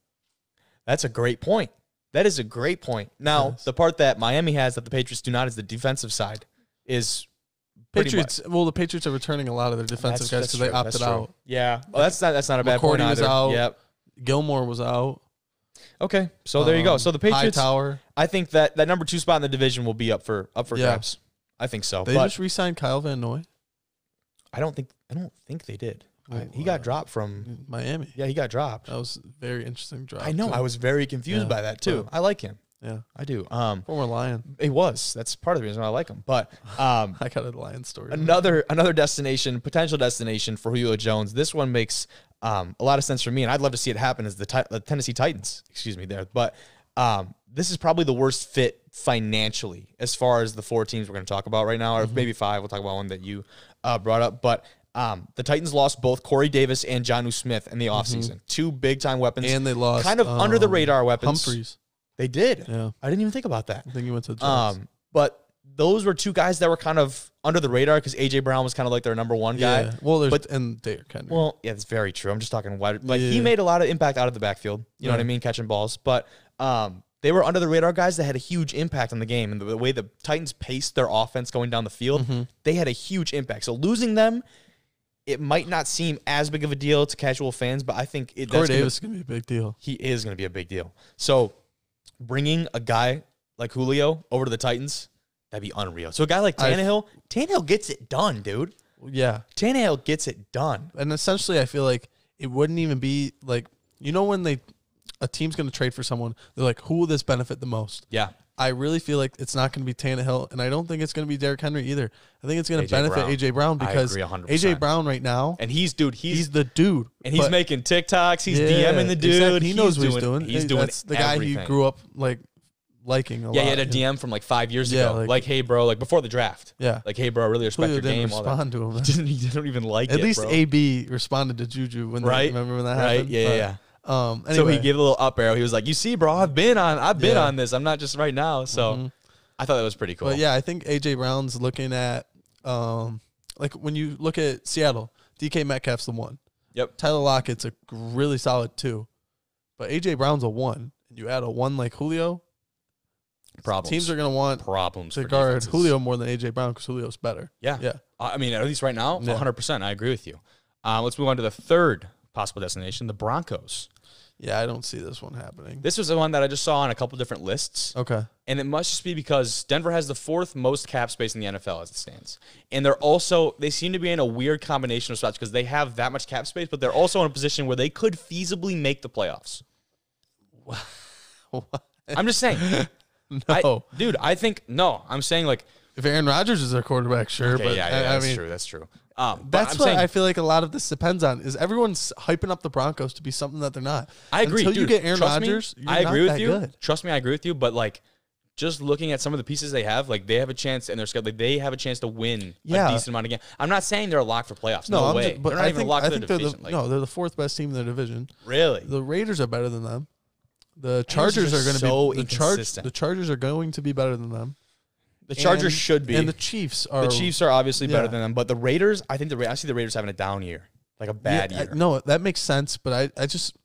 That's a great point. That is a great point. Now, Yes. the part that Miami has that the Patriots do not is the defensive side is pretty much- Patriots. Well, the Patriots are returning a lot of their defensive That's- guys that's because they true. That's opted true. out. Yeah, oh, that's not that's not a bad point McCourty was either. out. Yep. Gilmore was out. Okay. So there you go. Um, So the Patriots. Hightower. I think that that number two spot in the division will be up for up for Yeah. grabs. I think so, They but just re-signed Kyle Van Noy. I don't think I don't think they did. I- Oh, he got uh, dropped from. Miami. Yeah, he got dropped. That was a very interesting draft. I know. too. I was very confused Yeah. by that too. Well. I like him. yeah. I do. Um, Former Lion. it was. That's part of the reason why I like him. But um, I got a Lion story. another another destination, potential destination for Julio Jones. This one makes um, a lot of sense for me, and I'd love to see it happen. Is the, Ti- the Tennessee Titans? Excuse me, there, but um, this is probably the worst fit financially as far as the four teams we're going to talk about right now, or Mm-hmm. maybe five. We'll talk about one that you uh, brought up, but. Um, the Titans lost both Corey Davis and Johnu Smith in the offseason. Two big time weapons. Mm-hmm. And they lost Kind of under the um, radar weapons. Humphreys. They did. Yeah. I didn't even think about that. I think he went to the Jets. Um, but those were two guys that were kind of under the radar because AJ Brown was kind of like their number one guy. yeah. Well, there's but- and Derrick Henry. Well, yeah, that's very true. I'm just talking wide. Like he Yeah. made a lot of impact out of the backfield. You know what I Yeah. mean, catching balls. But um, they were under the radar guys that had a huge impact on the game and the, the way the Titans paced their offense going down the field. Mm-hmm. They had a huge impact. So losing them. It might not seem as big of a deal to casual fans, but I think it, Corey that's gonna- Davis is gonna be a big deal. he is going to be a big deal. So bringing a guy like Julio over to the Titans, that'd be unreal. So a guy like I- Tannehill, Tannehill gets it done, dude. Yeah. Tannehill gets it done. and essentially I feel like it wouldn't even be like you know when they a team's going to trade for someone they're like who will this benefit the most Yeah. I really feel like it's not going to be Tannehill and I don't think it's going to be Derrick Henry either I think it's going A.J. to benefit Brown. AJ Brown I because agree 100%. AJ Brown right now And he's dude, he's, he's, the dude and he's But- making TikToks, he's Yeah, DMing the dude. exactly. he he's knows what he's doing He's doing that's the guy everything. he grew up like liking a Yeah, lot he had a DM from like five years Yeah, ago. Like, like- hey bro, like before the draft. yeah Like, hey bro, I really respect your Julio didn't game. all that. respond to him He didn't he didn't even like at it. least bro. AB responded to Juju when Right? that, remember when that Right? happened Yeah, yeah, yeah. yeah um So anyway. he gave a little up arrow. He was like, "You see, bro, I've been on, I've been Yeah. on this. I'm not just right now." So Mm-hmm. I thought that was pretty cool. But yeah, I think AJ Brown's looking at um like when you look at Seattle, DK Metcalf's the one. Yep. Tyler Lockett's a really solid two. But AJ Brown's a one. And you add a one like Julio, problems. teams are gonna want problems. to for guard defenses. Julio more than AJ Brown because Julio's better. Yeah, Yeah. I I mean, at least right now, Yeah. 100. percent I agree with you. Um, let's move on to the third possible destination, the Broncos. Yeah, I don't see this one happening. This was the one that I just saw on a couple different lists, Okay. and it must just be because Denver has the fourth most cap space in the NFL as it stands, and they're also they seem to be in a weird combination of spots because they have that much cap space, but they're also in a position where they could feasibly make the playoffs. I'm just saying. I- no. dude, I think no. I'm saying like, if Aaron Rodgers is their quarterback, sure. okay, but yeah, I- yeah, I, that's mean true. That's true. Um, but That's I'm what saying, I feel like a lot of this depends on is everyone's hyping up the Broncos to be something that they're not. I agree. Until dude, you get Aaron trust me, Rodgers, you're I agree not with that you. good. Trust me, I agree with you. But like, just looking at some of the pieces they have, like they have a chance, and they're scared. Like they have a chance to win Yeah. a decent amount of games. I'm not saying they're locked for playoffs. No, No, I'm way. Just, but they're not I even think, locked I for the think they're division. the like, no, they're the fourth best team in their division. really, The Raiders are better than them. The Chargers are are going to so be the, Chargers. inconsistent. the Chargers are going to be better than them. the Chargers And- should be. and the the, Chiefs are Chiefs are obviously better Yeah. than them, but the Raiders. I think the Ra- I see the Raiders having a down year. like a bad Yeah, I- year. no, that makes sense, but I, I just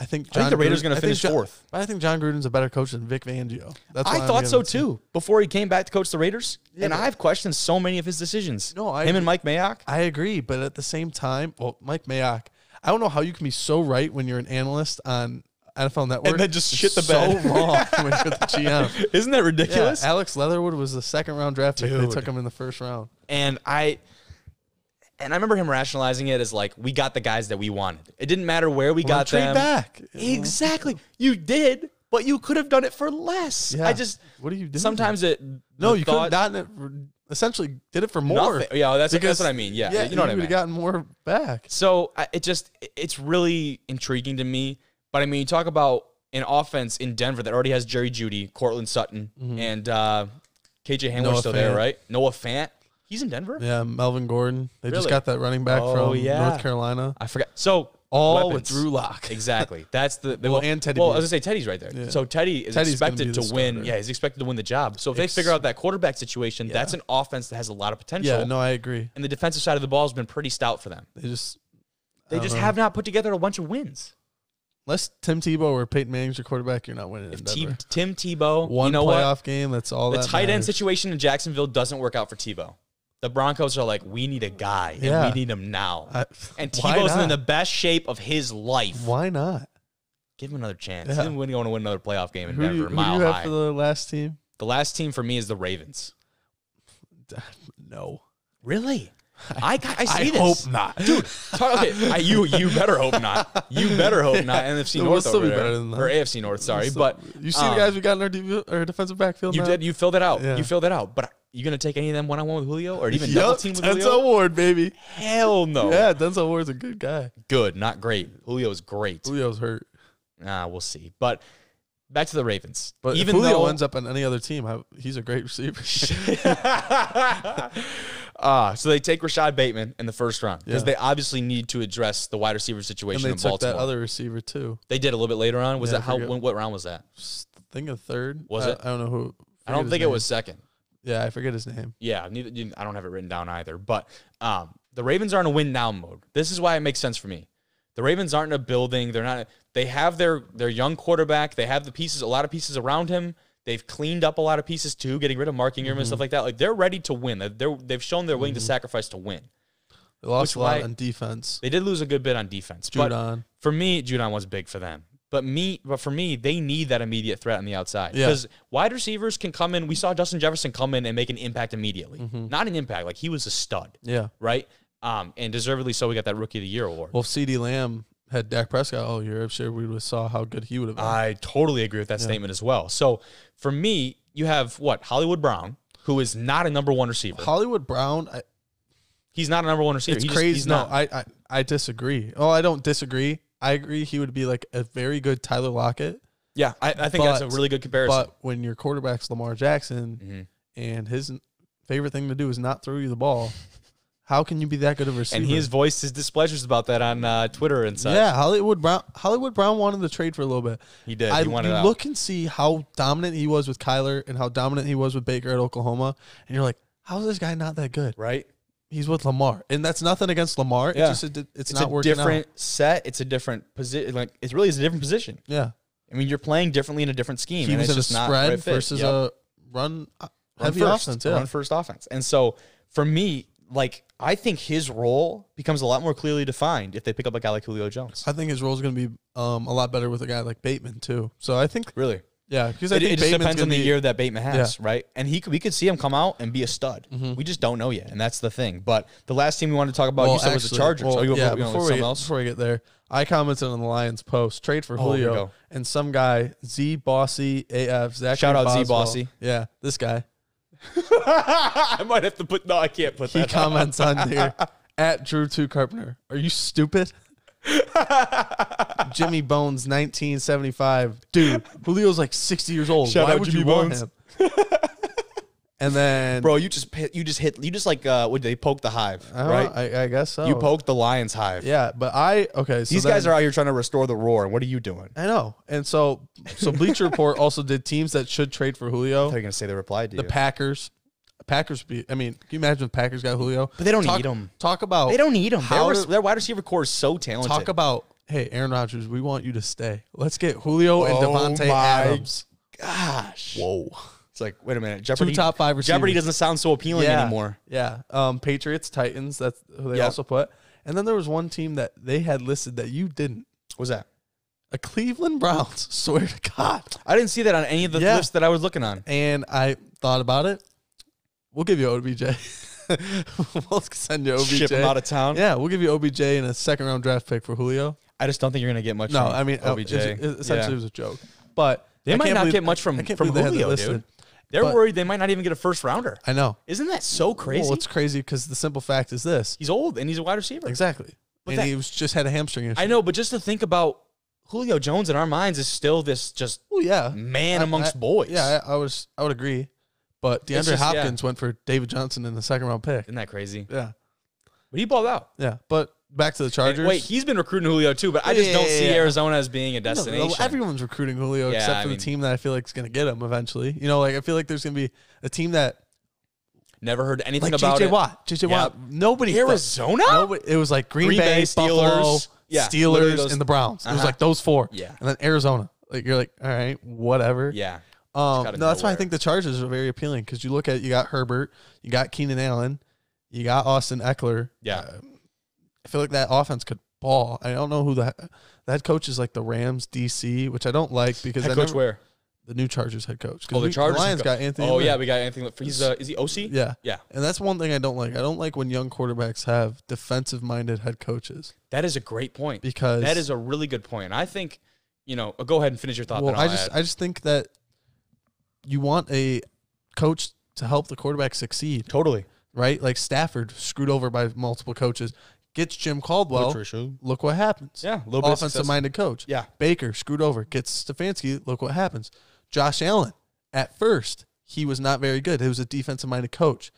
I think I think the Raiders Gruden- are going I to think finish John- fourth. But I think John Gruden's a better coach than Vic Fangio. That's why I I'm thought giving so it to- too before he came back to coach the Raiders, Yeah, and but- I've questioned so many of his decisions. No, I him and Mike Mayock. I agree, but at the same time, well, Mike Mayock, I don't know how you can be so right when you're an analyst on NFL Network then just and shit the so bed. wrong when you're the GM. Isn't that Yeah, ridiculous? Alex Leatherwood was the second round draft pick. They Dude. took him in the first round. and I and I remember him rationalizing it as like we got the guys that we wanted. It didn't matter where we Well, got trade them back. Exactly, you did, but you could have done it for less. Yeah. I just What are you doing? sometimes it No, the you thought- could have gotten it. Essentially, did it for more. Nothing. Yeah, that's- that's Because- what I mean. Yeah, you know what I would've mean. gotten more back. So I- it just it's really intriguing to me. But I mean, you talk about an offense in Denver that already has Jerry Judy, Cortland Sutton, and uh, KJ Hamler's Mm-hmm. Noah still there, Fant. right? Noah Fant, he's in Denver. Yeah, Melvin Gordon. They just Really? got that running back Oh, from yeah. North Carolina. I forgot. So All weapons. with Drew Lock. Exactly. That's the they Well, and Teddy Well, B. I was gonna say Teddy's right there. So Teddy is Teddy's gonna expected be to the win. starter. Yeah, he's expected to win the job. So if they Ex- figure out that quarterback situation, that's an offense that has a lot of potential. Yeah, no, I agree. And the defensive side of the ball has been pretty stout for them. They just They don't just know. have not put together a bunch of wins. unless Tim Tebow or Peyton Manning's your quarterback, you're not winning. in If Denver. T- Tim Tebow, One you know what? playoff game. That's all. the that tight end matters. situation in Jacksonville doesn't work out for Tebow. The Broncos are like, we need a guy, and Yeah. we need him now. I- and why Tebow's not? in the best shape of his life. Why not? Give him another chance. Yeah. He's going to win another playoff game in Who do Denver, you, who do mile you have high. for The-, the last team? last team for me is the Ravens. No, Really? I, I, I see this. hope not, dude. Talk- okay, I, you you better hope not. You better hope not. NFC We'll North still over be there. better than that. or AFC North. Sorry, but you see the um, guys we got in our, dev- our defensive backfield. You now? did. You filled it out. Yeah. You filled it out. But you gonna take any of them one on one with Julio, or even double Yup, team with Denzel Julio? Oh. Ward, baby. Hell no. Yeah, Denzel Ward's a good guy. Good, not great. Julio is great. Julio's hurt, Ah, we'll see. But back to the Ravens. but even even if Julio though ends up on any other team, I, he's a great receiver. Ah, so they take Rashad Bateman in the first round because Yeah. they obviously need to address the wide receiver and situation they in took Baltimore. that other receiver too. they did a little bit later on. Was Yeah, that I how? forget. When, what round was that? S- Think of third. Was I, it? I don't know who. I don't forget his think it name. was second. Yeah, I forget his name. Yeah, neither, you- I don't have it written down either. But um, the Ravens are in a win now mode. This is why it makes sense for me. The Ravens aren't in a building. They're not. They have their their young quarterback. They have the pieces. A lot of pieces around him. They've cleaned up a lot of pieces too, getting rid of Mark Ingram and stuff Mm-hmm. like that. Like they're ready to win. They're- They're, they've shown they're willing to sacrifice to win. They lost Which a lot why- on defense. They did lose a good bit on defense, but Judon. for me, Judon was big for them. But me, but for me, they need that immediate threat on the outside Yeah. because wide receivers can come in. We saw Justin Jefferson come in and make an impact immediately. Mm-hmm. Not an impact, like he was a stud Yeah. right? Um, and deservedly so. We got that Rookie of the Year award. Well, if CD Lamb had Dak Prescott all year, I'm sure we would have saw how good he would have been. I totally agree with that statement as well. So for me, you have what Hollywood Brown, who is not a number one receiver. Hollywood Brown, I, He's not a number one receiver. it's He just- crazy. he's no, not. I, I I disagree. Oh, I don't disagree. I agree he would be like a very good Tyler Lockett. yeah, I, I think that's a but- really good comparison. But when your quarterback's Lamar Jackson Mhm. and his n- favorite thing to do is not throw you the ball, how can you be that good of a receiver? and he has voiced his displeasures about that on uh, Twitter and such. yeah, Hollywood Brown. Hollywood Brown wanted to trade for a little bit. he did. I, he wanted you out. look and see how dominant he was with Kyler and how dominant he was with Baker at Oklahoma, and you're like, how is this guy not that good? right. He's with Lamar, and that's nothing against Lamar. Yeah. It's just a, di- it's, It's, not a working different out. set. It's a different position. Like it really is a different position. Yeah, I mean, you're playing differently in a different scheme. he and was it's in a just not spread right fit. versus Yep. a run, uh, run heavy first, offense. Yeah, run first offense. And so for me, like I think his role becomes a lot more clearly defined if they pick up a guy like Julio Jones. I think his role is going to be um, a lot better with a guy like Bateman too. So I think Really, yeah, because I it, think it just Bateman's depends on gonna the be- year that Bateman has, right? And he could, we could see him come out and be a stud. We just don't know yet, and that's the thing. But the last team we wanted to talk about, Well, you said was the actually, Chargers. well, oh, you, yeah, you know, before, we, something else? before we get there, I commented on the Lions post trade for Oh, here we Julio go. and some guy Z Bossy AF Zach. Shout out Z Boswell. Bossy. Yeah, this guy. I might have to put. No, I can't put He that. up. comments on here at Drew Two Carpenter. Are you stupid? Jimmy Bones, nineteen seventy five. Dude, Julio's like sixty years old. Shout Why out would Jimmy you want Bones. him? and then, Bro, you just hit- you just hit you just like uh, would they poke the hive, I don't know, right? I, I guess so. you poked the lion's hive. Yeah, but I okay. So These guys then- are out here trying to restore the roar. What are you doing? I know. And so so Bleacher Report also did teams that should trade for Julio. They're gonna say they replied to The you. Packers, Packers be. I mean, can you imagine if Packers got Julio? But they don't talk, need him. Talk about They don't need him. Their, How res- do- their wide receiver core is so talented. talk about. Hey, Aaron Rodgers, we want you to stay. Let's get Julio and Oh Devontae my Adams. gosh. Whoa, It's like, wait a minute. Jeopardy, top five receivers. Jeopardy doesn't sound so appealing anymore. Yeah, um, Patriots, Titans. That's who they Yeah. also put. And then there was one team that they had listed that you didn't. What's that? A Cleveland Browns. Swear to God. I didn't see that on any of the Yeah. lists that I was looking on. And I thought about it. We'll give you OBJ. we'll send you OBJ. Ship him out of town. Yeah, we'll give you OBJ and a second round draft pick for Julio. I just don't think you're gonna get much. No, from I mean uh, OBJ. it's- it- essentially Yeah. it was a joke, but they I might can't not believe- get much from I can't from believe they had that Julio, listed. dude. They're but- worried they might not even get a first rounder. I know. Isn't that so crazy? Well, it's crazy because the simple fact is this. He's old and he's a wide receiver. Exactly. and that- he was just had a hamstring issue. I know, but just to think about Julio Jones in our minds is still this just Well, yeah. man I- amongst I- boys. Yeah, I, I was. I would agree. But DeAndre It's just- yeah. Hopkins went for David Johnson in the second round pick. Isn't that crazy? Yeah, But he balled out. yeah. But back to the And Chargers. wait, he's been recruiting Julio too, but I just Yeah, don't yeah, see yeah. Arizona as being a No, no, destination. everyone's recruiting Julio Yeah, except I for mean- the team that I feel like is going to get him eventually. You know, like I feel like there's going to be a team that Never heard anything like about JJ it. Watt, JJ Watt. Nobody thought- Arizona? Nobody, it was like Green, Green Bay, Bay, Steelers. Buffalo, Yeah, literally Steelers, those- and the Browns. It was Uh-huh. like those four. Yeah. and then Arizona. Like you're like, all right, whatever. Yeah. Um, no, outta that's why I nowhere. think the Chargers are very appealing because you look at you got Herbert, you got Keenan Allen, you got Austin Eckler. Yeah. Uh, I feel like that offense could ball. I don't know who that that coach is like the Rams DC, which I don't like because Head I coach never- where? the new Chargers head coach. 'Cause Oh, the we- Chargers. Lions got Anthony. Oh Lynn. yeah, we got Anthony. Lynn. He's uh, is he OC? yeah, Yeah. and that's one thing I don't like. I don't like when young quarterbacks have defensive minded head coaches That is a great point. because That is a really good point. And I think, you know, go ahead and finish your thought. well, then I I'll just add. I just think that you want a coach to help the quarterback succeed. totally. right? Like Stafford screwed over by multiple coaches, gets Jim Caldwell. Patricia. Look what happens. Yeah, a little bit of offensive success. minded coach. Yeah. Baker screwed over, gets Stefanski. Look what happens. Josh Allen, at first he was not very good. He was a defensive minded coach.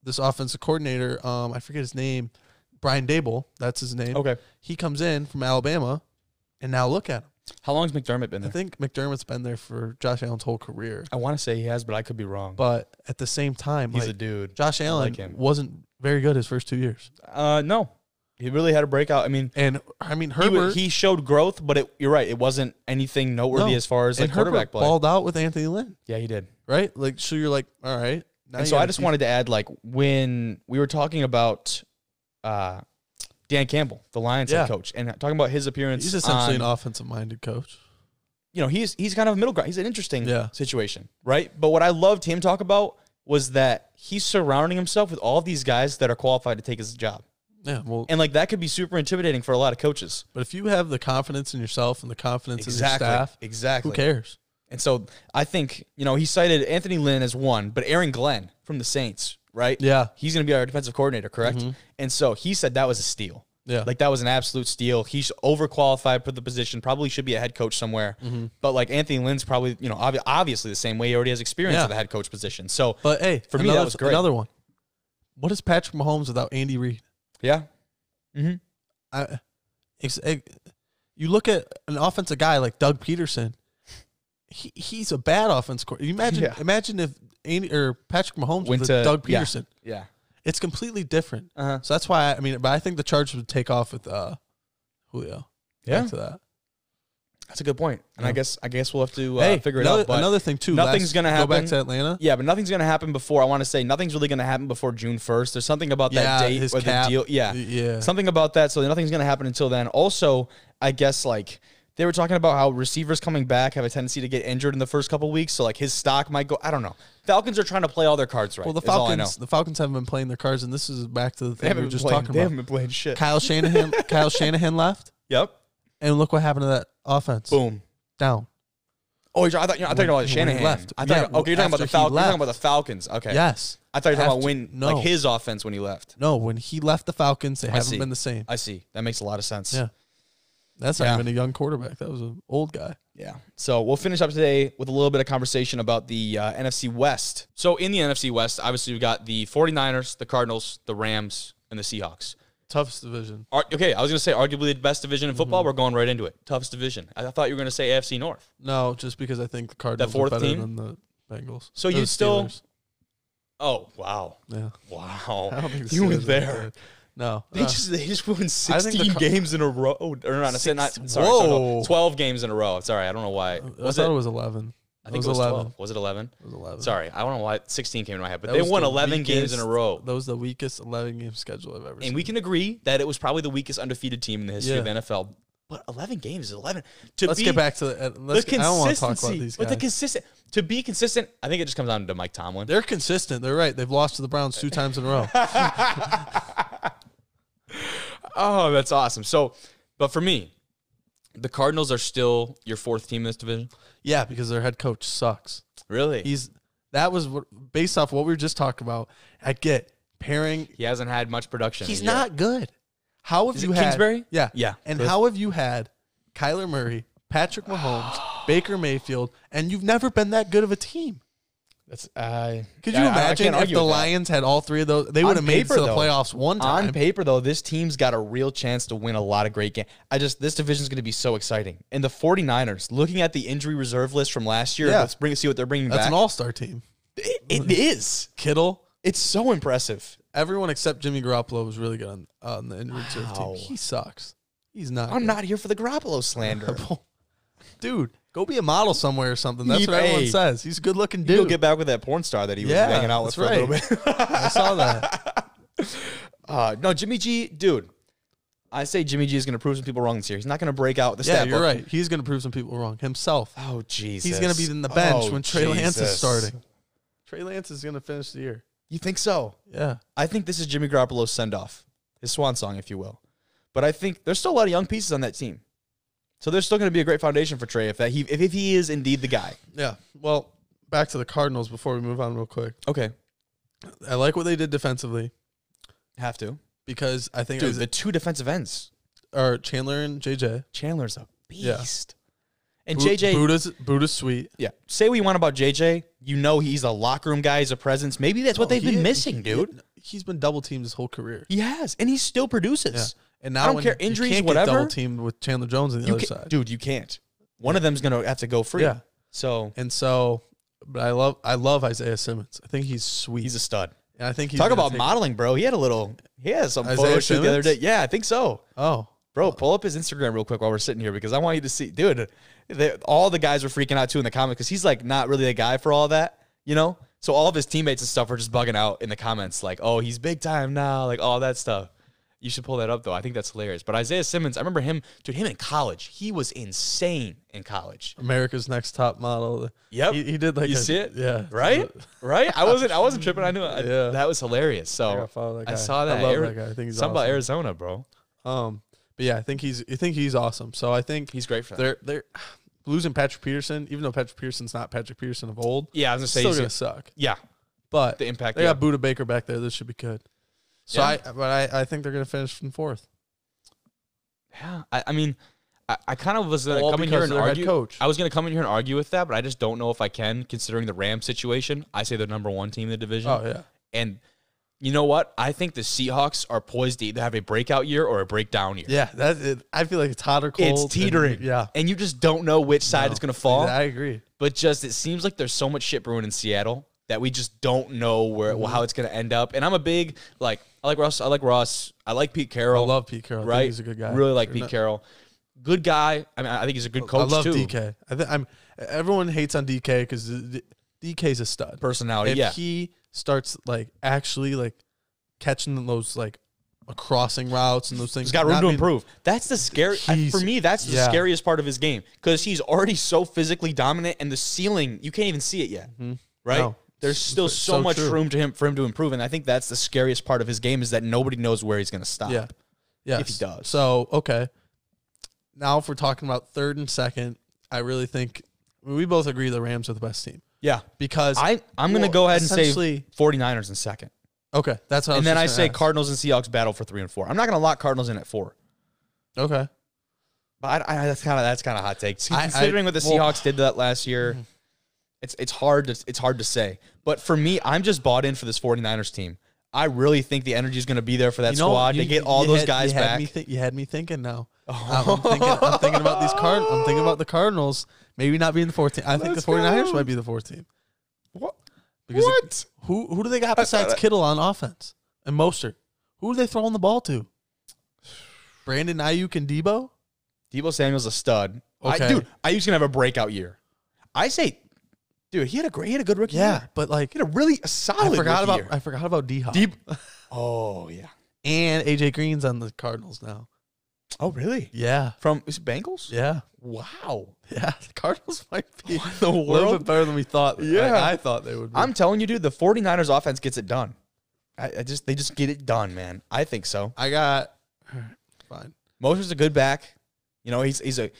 This offensive coordinator, um, I forget his name, Brian Dable. That's his name. Okay. He comes in from Alabama, and now look at him. How long's McDermott been I there? think McDermott's been there for Josh Allen's whole career, I want to say he has, but I could be wrong. but at the same time, he's like, a dude. Josh Allen like him. wasn't very good his first two years. Uh, no, he really had a breakout. I mean, And I mean he, wa- Herbert, he showed growth, but it, you're right. It wasn't anything noteworthy No. as far as like and Herbert quarterback play. balled out with Anthony Lynn, Yeah, he did. right? Like so, you're like, all right. Now and you so got I a just def- wanted to add, like, when we were talking about uh, Dan Campbell, the Lions Yeah. head coach, and talking about his appearance, He's essentially on- an offensive minded coach. you know, he's he's kind of a middle ground. He's an interesting Yeah. situation, right? But what I loved him talk about was that he's surrounding himself with all these guys that are qualified to take his job, Yeah. Well, and like that could be super intimidating for a lot of coaches. but if you have the confidence in yourself and the confidence in your staff, exactly. who cares? And so I think you know he cited Anthony Lynn as one, but Aaron Glenn from the Saints, right? Yeah. Mm-hmm. he's going to be our defensive coordinator, correct? And so he said that was a steal. Yeah. Like that was an absolute steal. He's overqualified for the position. Probably should be a head coach somewhere. Mm-hmm. But like Anthony Lynn's probably, you know, obvi- obviously the same way. He already has experience Yeah. at the head coach position. So, But hey, For me, that another, was great. Another one. What is Patrick Mahomes without Andy Reid? yeah, I, ex- eh, you look at an offensive guy like Doug Peterson. He, he's a bad offense. coor- You imagine Yeah. imagine if Andy or Patrick Mahomes Went was to- Doug yeah. Peterson. yeah. It's completely different. Uh-huh. So that's why I mean, but I think the Chargers would take off with uh, Julio. Yeah. Back to that. That's a good point. And I Yeah. guess I guess we'll have to uh, hey, figure it another, out. But another thing too. nothing's last- gonna Go happen. back to Atlanta. yeah, but nothing's going to happen before. I want to say nothing's really going to happen before June first. There's something about that Yeah, date his or cap. the deal. Yeah, Y- yeah. something about that. So nothing's going to happen until then. Also, I guess like they were talking about how receivers coming back have a tendency to get injured in the first couple weeks. So like his stock might go. I don't know. Falcons are trying to play all their cards right. Well, the is all I know. Falcons. The Falcons haven't been playing their cards, and this is back to the They thing we haven't were been just playing, talking they about. haven't been playing shit. Kyle Shanahan. Kyle Shanahan left, Yep. and look what happened to that offense. Boom. Down. Oh, you're- I thought you know, I thought you were talking When- about when he Shanahan. left. I thought Yeah, okay, you're talking about after the he Falcons. You're left. talking about the Falcons. Okay. Yes. I thought you were talking about After- when no. like his offense when he left. No, when he left the Falcons, they haven't see. been the same. I see. That makes a lot of sense. Yeah. That's not Yeah. even a young quarterback. That was an old guy. Yeah. So we'll finish up today with a little bit of conversation about the uh, NFC West. So in the NFC West, obviously we've got the 49ers, the Cardinals, the Rams, and the Seahawks. Toughest division. Ar- okay, I was going to say arguably the best division in football. Mm-hmm. We're going right into it. Toughest division. I I thought you were going to say AFC North. No, just because I think the Cardinals fourth are better team? than the Bengals. So Or the you'd still- Steelers. Oh wow, Yeah. I wow! don't think the You were Steelers are there. good. No. They Oh, Uh, just they just won I think the sixteen Car- games in a row, or not? I said not Six- sorry, sorry, no, Whoa. twelve games in a row. Sorry, I don't know why. I Was thought it? it, was 11. I think it was 11. 12. Was it eleven? It was 11. Sorry, I don't know why sixteen came to my head, but That they was won the eleven games in a weakest- row. That was the weakest 11 game schedule I've ever seen. And we can agree that it was probably the weakest undefeated team in the history Yeah. of the NFL. But eleven games is eleven. To Let's be, get back to the. uh, the Let's get, I don't want to talk about consistency. these guys. But the consistent to be consistent, I think it just comes down to Mike Tomlin. They're consistent. They're right. They've lost to the Browns two times in a row. I Oh, that's awesome. So, but for me, the Cardinals are still your fourth team in this division. yeah, because their head coach sucks. Really, He's that was what, based off what we were just talking about. I get pairing. he hasn't had much production. He's yet. not good. How have Is you it had Kingsbury? Yeah, Yeah. And Those- how have you had Kyler Murray, Patrick Mahomes, Baker Mayfield, and you've never been that good of a team? That's uh, Could you imagine if the Lions had all three of those? They would have made it paper, to the though. playoffs one time. On paper, though, this team's got a real chance to win a lot of great games. I just, this division's going to be so exciting. And the 49ers, looking at the injury reserve list from last year, Yeah. let's bring, see what they're bringing That's back. an all-star team. It- it is. Kittle, It's so impressive. everyone except Jimmy Garoppolo was really good on, on the injured reserve Wow. team. He sucks. He's not. I'm good. not here for the Garoppolo slander. Dude, go be a model somewhere or something. That's Need- what everyone hey. says. He's a good looking He'll dude. get back with that porn star that he was Yeah, hanging out with for that's a little bit. I saw that. Uh, no, Jimmy G, dude. I say Jimmy G is going to prove some people wrong this year. He's not going to break out the yeah, stat you're book. right. He's going to prove some people wrong himself. Oh, Jesus. He's going to be in the bench Oh, when Trey Lance is Jesus. starting. Trey Lance is going to finish the year. You think so? Yeah. I think this is Jimmy Garoppolo's send off, his swan song, if you will. But I think there's still a lot of young pieces on that team. So there's still going to be a great foundation for Trey if that he if, if he is indeed the guy. Yeah. Well, back to the Cardinals before we move on real quick. Okay. I like what they did defensively Have to. because I think it Dude, was, the two defensive ends. or Chandler and JJ. Chandler's a Yeah. beast. And Bu- JJ Buddha's Buddha's sweet. Yeah. Say what you want about JJ. You know he's a locker room guy, he's a presence. Maybe that's what Oh, they've he- been missing, dude. He's been double teamed his whole career. He has. And he still Yeah. produces. And now I don't when care, you injuries, can't whatever. Get double teamed with Chandler Jones on the You other ca- side. dude, you can't. One of them's gonna have to go free. Yeah. So And so, but I love I love Isaiah Simmons. I think he's sweet. he's a stud. and I think he's Talk gonna about take- modeling, bro. He had a little, he had some Isaiah photo shoot the other Simmons? day. Yeah, I think so. Oh, Bro, pull up his Instagram real quick while we're sitting here because I want you to see, dude. They, all the guys were freaking out too in the comments because he's like not really a guy for all that, you know. So all of his teammates and stuff are just bugging out in the comments, like, "Oh, he's big time now," like all that stuff. You should pull that up though. I think that's hilarious. But Isaiah Simmons, I remember him, dude. Him in college, he was insane in college. America's Next Top Model. Yep. he, he did like You a- see it? Yeah, Right, right. I wasn't, I wasn't tripping. I knew I- Yeah. that was hilarious. So I gotta follow that I guy. saw I that. love Ari- that guy. I think he's something about awesome. Arizona, bro. Um, but yeah, I think he's I think he's awesome. So I think He's great for that. They're they're losing Patrick Peterson, even though Patrick Peterson's not Patrick Peterson of old. Yeah, I was gonna say still he's- gonna suck. Yeah, But the impact. they yeah. got Buda Baker back there. This should be good. So Yeah. I but I, I think they're gonna finish in fourth. Yeah, I, I mean, I, I kind of was gonna All come in because here of and their head argue. coach. I was gonna come in here and argue with that, but I just don't know if I can, considering the Rams situation. I say they're number one team in the division, Oh yeah. and you know what? I think the Seahawks are poised to either have a breakout year or a breakdown year. Yeah, that it, I feel like it's hot or cold. It's and- teetering, yeah, and you just don't know which side No, it's gonna fall. I agree. But just it seems like there's so much shit brewing in Seattle that we just don't know where Mm-hmm. how it's gonna end up. And I'm a big like I like Russ. I like Ross. I like Pete I Carroll. love Pete Carroll. I think right. he's a good guy. Really like Sure Pete enough. Carroll. Good guy. I mean, I think he's a good coach I love too. DK. I think I'm. Everyone hates on DK because DK's a stud. Personality. If Oh, yeah. he starts like actually like catching those like crossing routes and those things, He's got room not to being- improve. That's the scary I- for He's- me. That's the yeah. scariest part of his game because he's already so physically dominant, and the ceiling you can't even see it yet. Right? Mm-hmm. No. There's still It's so, so much true. room to him for him to improve, and I think that's the scariest part of his game is that nobody knows where he's going to stop. Yeah. Yeah. he does. So okay. Now if we're talking about third and second, I really think I mean, we both agree the Rams are the best team yeah. because I I'm going to Well, go ahead and say essentially- 49ers in second, okay that's what I was and then I just say gonna ask. Cardinals and Seahawks battle for three and four. I'm not going to lock Cardinals in at four. okay But I, I, that's kind of that's kind of hot take. I- Considering what the well- Seahawks did that last year, it's it's hard to it's hard to say. But for me, I'm just bought in for this 49ers team. I really think the energy is going to be there for that You know, squad. you- They get all you those had- guys you had back. me thi- you had me thinking now. I'm, thinking, I'm thinking about these card. I'm thinking about the Cardinals maybe not being the fourth team. I think Let's the 49ers go. might be the fourth team What? Because it- what? who who do they got I- besides I- Kittle on offense and Mostert? Who are they throwing the ball to? Brandon Ayuk and Debo. Debo Samuel's a stud. I, Okay. dude, Ayuk's gonna have a breakout year. I say, dude, he had a great, he had a good rookie. Yeah, year. but like he had a really a I solid. forgot rookie about year. I forgot about D Hop Deep. Oh yeah. and AJ Green's on the Cardinals now. Oh really? Yeah, From is it Bengals? yeah, Wow. yeah. The Cardinals might be What the a little world? bit better than we thought. Yeah. I, I thought they would. Be. I'm telling you, dude, the 49ers offense gets it done. I, I just they just get it done, man. I think so. I got fine. Moser's a good back. You know, he's he's a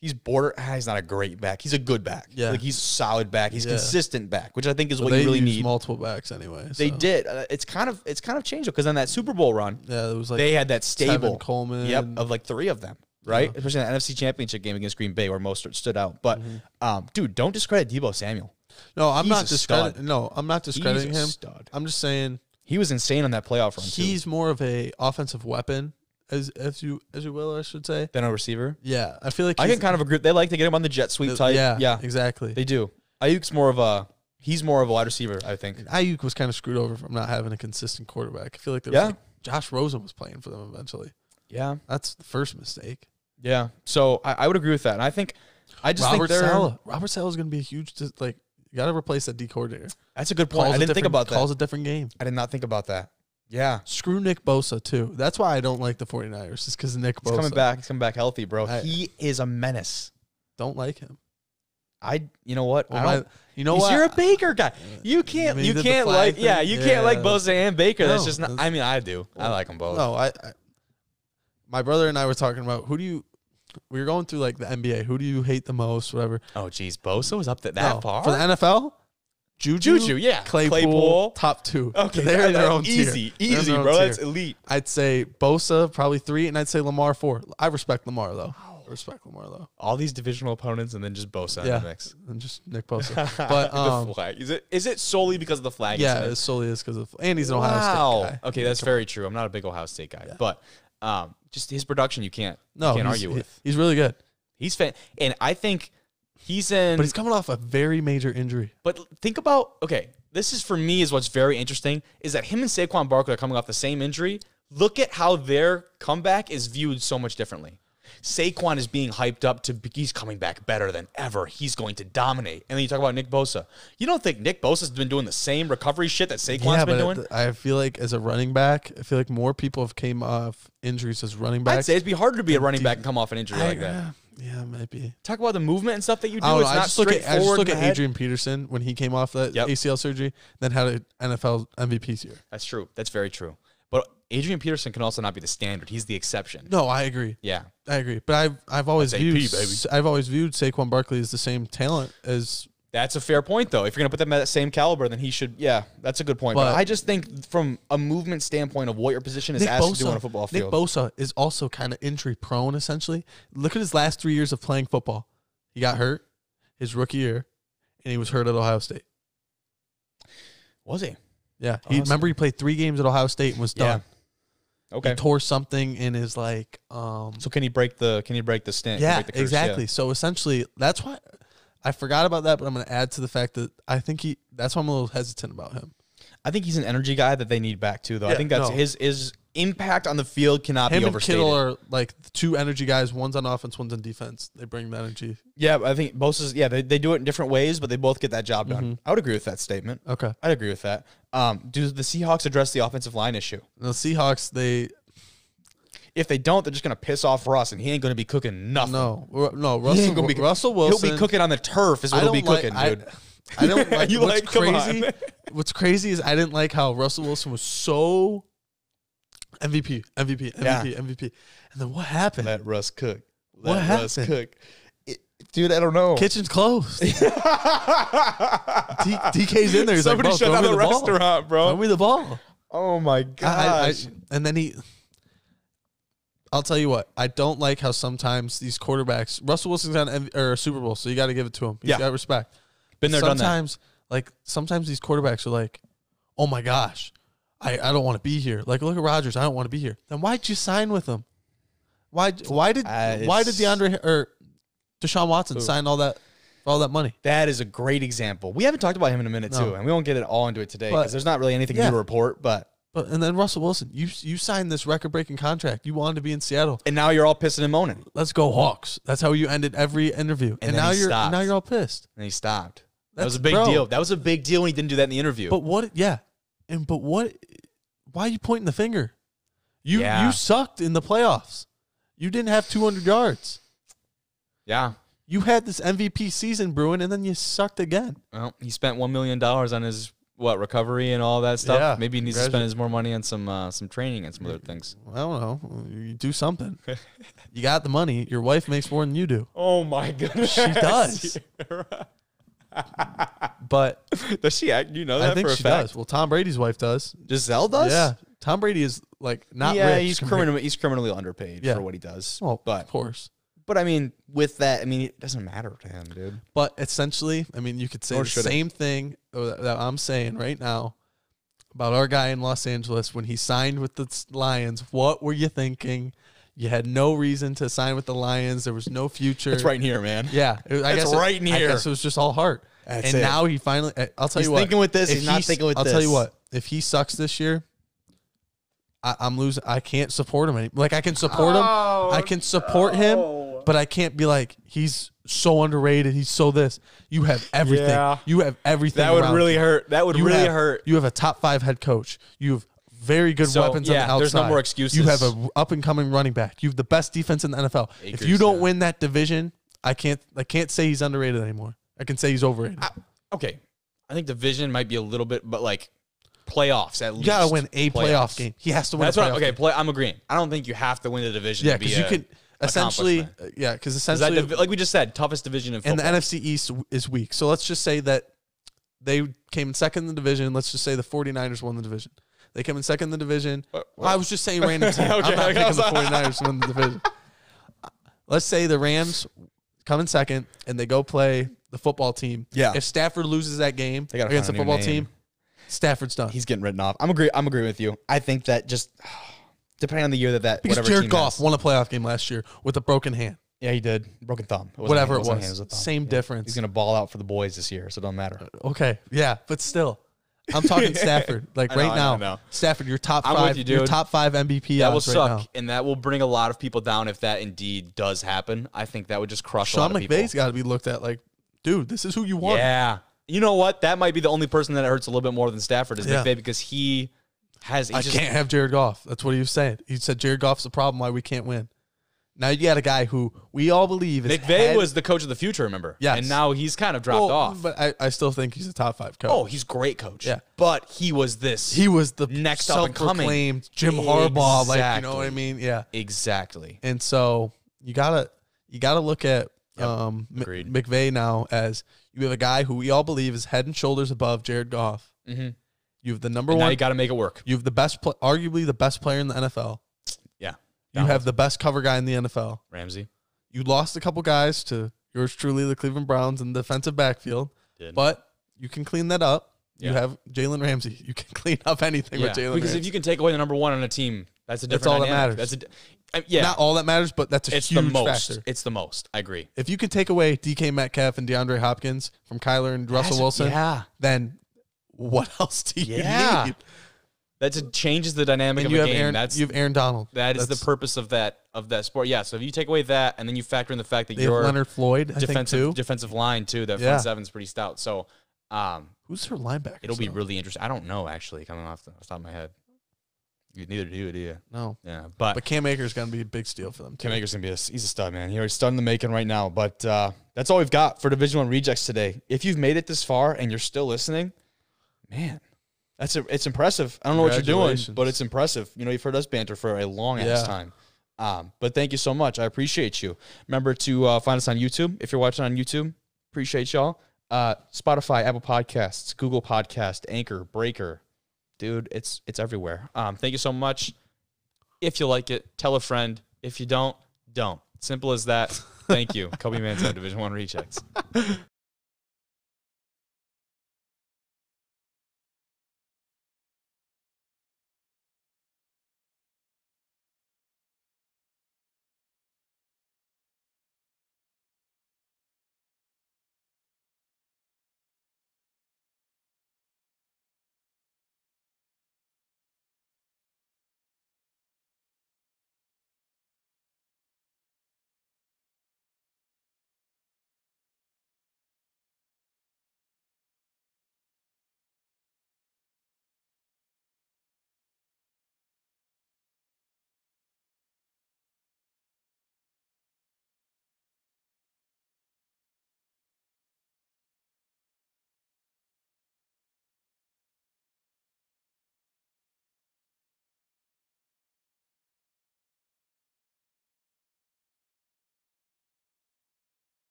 he's border. ah, he's not a great back. He's a good back. Yeah. like he's a solid back. He's Yeah. consistent back, which I think is But what they you really used need. multiple backs anyway. They so. did. Uh, it's kind of it's kind of changed because on that Super Bowl run, Yeah, it was like they had that Tevin stable Coleman. Yep, of like three of them, right? Especially in the NFC Championship game against Green Bay where Mostert stood out. But, Mm-hmm. um, dude, don't discredit Debo Samuel. no, I'm he's not a stud. discrediting. No, I'm not He's discrediting a him. stud. I'm just saying He was insane on that playoff run. He's he's more of a offensive weapon, as as you as you will, I should say. than a receiver. Yeah, I feel like I he's- can kind of agree. They like to get him on the jet sweep type. Yeah, yeah, exactly. they do. Ayuk's more of a he's more of a wide receiver, I think. Ayuk was kind of screwed over from not having a consistent quarterback. I feel like there was Yeah. like Josh Rosen was playing for them eventually. Yeah, That's the first mistake. yeah. So I, I would agree with that, and I think I just Robert think they're, Sala. Robert Sala is going to be a huge dis- like. You got to replace that D coordinator. That's a good point. Calls I a didn't think different- about that. Calls a different game. I did not think about that. Yeah, Screw Nick Bosa too. That's why I don't like the 49ers. Is because Nick he's Bosa. coming back. He's coming back healthy, bro. I- he is a menace. Don't like him. I, you know what? I Well, don't- my- you know Because what? you're a Baker guy. You can't. mean, You the can't flag like. thing? Yeah, you can't like Yeah. Bosa and Baker. that's No, just not. that's- I mean, I do. I like them both. No, I, I. My brother and I were talking about who do you. We were going through like the NBA. Who do you hate the most? Whatever. Oh, geez, Bosa was up that, that No, far. for the NFL. Juju, Juju, yeah. Claypool, Claypool. top two. okay, they're in that- their own tier. easy, They're in their easy, own bro. tier. That's elite. I'd say Bosa probably three, and I'd say Lamar four. I respect Lamar though. Oh. I respect Lamar though. All these divisional opponents, and then just Bosa in Yeah, the mix. and just Nick Bosa. But The um, flag. is it is it solely because of the flag? yeah, incident? it solely is because of and he's an wow. Ohio State guy. Okay, that's very true. I'm not a big Ohio State guy, but um, just his production, you can't. No, you can't he's- argue he- with. He's really good, He's fan, and I think he's in. but he's coming off a very major injury. But think about okay, this is for me is what's very interesting is that him and Saquon Barkley are coming off the same injury. Look at how their comeback is viewed so much differently. Saquon is being hyped up to be, he's coming back better than ever. He's going to dominate. And then you talk about Nick Bosa. You don't think Nick Bosa's been doing the same recovery shit that Saquon's yeah, been but doing? it- I feel like as a running back, I feel like more people have came off injuries as running backs. I'd say it'd be harder to be a running back and come off an injury I- like that. Yeah, maybe. Talk about the movement and stuff that you do. I don't know. it's I not just look at I just straightforward look in at the head. Adrian Peterson when he came off that Yep. ACL surgery, then had an NFL MVP year. That's true. That's very true. But Adrian Peterson can also not be the standard. He's the exception. No, I agree. Yeah. I agree. But I've I've always AP, viewed baby. S- I've always viewed Saquon Barkley as the same talent as That's a fair point, though. If you're going to put them at that same caliber, then he should. Yeah, that's a good point. But, But- I just think from a movement standpoint of what your position is Nick asked Bosa. to do on a football Nick field. Bosa is also kind of injury prone. Essentially, look at his last three years of playing football. He got hurt his rookie year, and he was hurt at Ohio State. was he? Yeah, he, Awesome. remember he played three games at Ohio State and was done. Okay. He tore something in his like um so can he break the? Can he break the stint? Can he yeah, break the curse? exactly. So essentially, that's why I forgot about that, but I'm going to add to the fact that I think he. That's why I'm a little hesitant about him. I think he's an energy guy that they need back too, though. I Yeah, think that's no. his his impact on the field cannot Him be and overstated. Kittle are like the two energy guys. One's on offense, one's on defense. They bring the energy. yeah, I think Bosa's. Yeah, they, they do it in different ways, but they both get that job done. Mm-hmm. I would agree with that statement. Okay. I'd agree with that. Um, do the Seahawks address the offensive line issue? The Seahawks, they If they don't, they're just going to piss off Russ, and he ain't going to be cooking nothing. no Ru- no He Russell ain't gonna be- Russell Wilson. He'll be cooking on the turf is what I he'll don't be like- cooking, I- dude. I don't like You what's like, come on. crazy. What's crazy is I didn't like how Russell Wilson was so MVP, MVP, MVP, Yeah. MVP, and then what happened? Let Russ cook. Let What Russ happened? cook. It- dude, I don't know. Kitchen's closed. D- DK's in there. He's Somebody like, "Bro, shut throw down me the, ball. restaurant, Throw bro. me the ball. oh my I- I- I- gosh. and then he. I'll tell you what. I don't like how sometimes these quarterbacks. Russell Wilson's on M- or Super Bowl, so you got to give it to him. You Yeah. has got respect. Been there, done that. sometimes, like sometimes these quarterbacks are like, "Oh my gosh, I, I don't want to be here." Like look at Rodgers. I don't want to be here. Then why'd you sign with him? Why why did Uh, why did it's- DeAndre or Deshaun Watson sign all that for all that money. That is a great example. We haven't talked about him in a minute No. too, and we won't get it all into it today because But- there's not really anything Yeah. new to report. But But and then Russell Wilson, you you signed this record breaking contract. You wanted to be in Seattle. and now you're all pissing and moaning, and Let's go Hawks. That's how you ended every interview. And, then now he you're stopped. now you're all pissed. he stopped. that That's- was a big bro. deal. That was a big deal when he didn't do that in the interview. But what? Yeah, and but what? Why are you pointing the finger? You Yeah. you sucked in the playoffs. You didn't have 200 yards. yeah, You had this MVP season brewing, and then you sucked again. well, he spent one million dollars on his what recovery and all that stuff. Yeah. Maybe he needs to spend Congratulations. his more money on some uh, some training and some other things. I don't know. You do something. you got the money. Your wife makes more than you do. Oh my goodness, She does. But does she act? You know that I think for a she fact. does. Well, Tom Brady's wife does. Giselle does. Yeah. Tom Brady is like not yeah, rich. he's compared- criminal. He's criminally underpaid Yeah. for what he does. Well, but of course. but I mean, with that, I mean, it doesn't matter to him, dude. But essentially, I mean, you could say Or the should it? same thing that that I'm saying right now about our guy in Los Angeles when he signed with the S- Lions. What were you thinking? You had no reason to sign with the Lions. There was no future. It's right here, man. Yeah, it- I That's guess it- right in I here. guess it was just all heart. That's and it. now he finally. I- I'll tell He's you what. thinking with this, if he's not he's- thinking with I'll tell this. you what. If he sucks this year, I, I'm losing. I can't support him. Any, like I can support him. Oh, I can support him, but I can't be like he's so underrated. He's so this. You have everything. Yeah. You have everything. That would around really you. hurt. That would You really have- hurt. You have a top five head coach. You have very good So, weapons on the yeah, outside. there's no more excuses. You have a up and coming running back. You have the best defense in the NFL. if you Akers, don't yeah. win that division, I can't. I can't say he's underrated anymore. I can say he's overrated. Okay, I think division might be a little bit, but like playoffs at you least. gotta win a playoff Playoffs. game. He has to win. That's a what. playoff Okay, game. play. I'm agreeing. I don't think you have to win the division. Yeah, to be because you a- can essentially. Yeah, because 'cause that essentially, div- like we just said, toughest division in and the football. NFC East is weak. So let's just say that they came in second in the division. Let's just say the 49ers won the division. They came in second in the division. I was just saying random team. Okay, I'm not okay, I picking was the like- 49ers to win the division. Let's say the Rams come in second and they go play the football team. Yeah. If Stafford loses that game gotta against find a the new football name. team, Stafford's done. He's getting written off. I'm agree. I'm agreeing with you. I think that just depending on the year that that because whatever Jared team Goff has- won a playoff game last year with a broken hand. Yeah, he did. Broken thumb. It wasn't Whatever hand, it wasn't was. hand, a thumb. Same Yeah. difference. He's gonna ball out for the boys this year, so it don't matter. Okay, yeah, but still, I'm talking Stafford. Like I know, right I know, now, I know. Stafford, your top I'm with five, you, your dude. top five MVP. That will odds right suck, now. and that will bring a lot of people down if that indeed does happen. I think that would just crush a Sean lot of McVay's people. got to be looked at like, dude, this is who you want. Yeah, you know what? That might be the only person that it hurts a little bit more than Stafford is Yeah. McVay because he has. He's I just, can't have Jared Goff. That's what he was saying. He said Jared Goff's the problem why we can't win. Now you got a guy who we all believe is McVay head- was the coach of the future, remember? Yes. and now he's kind of dropped Well, off. but I, I still think he's a top five coach. oh, he's a great coach. Yeah. but he was this. he was the Next up and coming. self-proclaimed Jim Harbaugh. Like you know Exactly. what I mean? Yeah. exactly. And so you gotta you gotta look at um M- agreed. McVay now as you have a guy who we all believe is head and shoulders above Jared Goff. Mhm. You have the number And now one. you You, got to make it work. have the best, pla arguably the best player in the NFL. Yeah, You have the best cover guy in the NFL. Ramsey. You lost a couple guys to yours truly, the Cleveland Browns, in the defensive backfield, Did. but you can clean that up. You Yeah. have Jalen Ramsey. You can clean up anything Yeah, with Jalen. because Ramsey. if you can take away the number one on a team, that's a different. That's all that dynamic. matters. That's a, di- I- yeah, not all that matters, but that's a it's the huge most. factor. It's the most. I agree. if you can take away DK Metcalf and DeAndre Hopkins from Kyler and Russell That's- Wilson, yeah, then what else do you Yeah. need? that just changes the dynamic And of you a have game. Aaron. that's you have Aaron Donald. that is the That's- purpose of that of that sport. Yeah. So if you take away that, and then you factor in the fact that They have your Leonard Floyd. I think defensive too. defensive line too, that Yeah. front seven's pretty stout. So, um, Who's her linebacker? it'll be really interesting. I don't know actually coming off the top of my head. You, neither do you, do you? no. Yeah, but. But Cam Akers going to be a big steal for them. Too. Kim Akers gonna be a, he's a stud, man. He's stud in the making right now. But uh, that's all we've got for Division One rejects today. If you've made it this far and you're still listening, man, that's a, it's impressive. I don't know what you're doing, Congratulations. but it's impressive. You know, you've heard us banter for a long ass Yeah. time. Um, but thank you so much. I appreciate you. Remember to uh, find us on YouTube if you're watching on YouTube. Appreciate y'all. Uh, Spotify, Apple Podcasts, Google Podcast, Anchor, Breaker, dude, it's it's everywhere. Um, thank you so much. If you like it, tell a friend. If you don't, don't. Simple as that. Thank you, Kobe Manzo, Division One Rejects.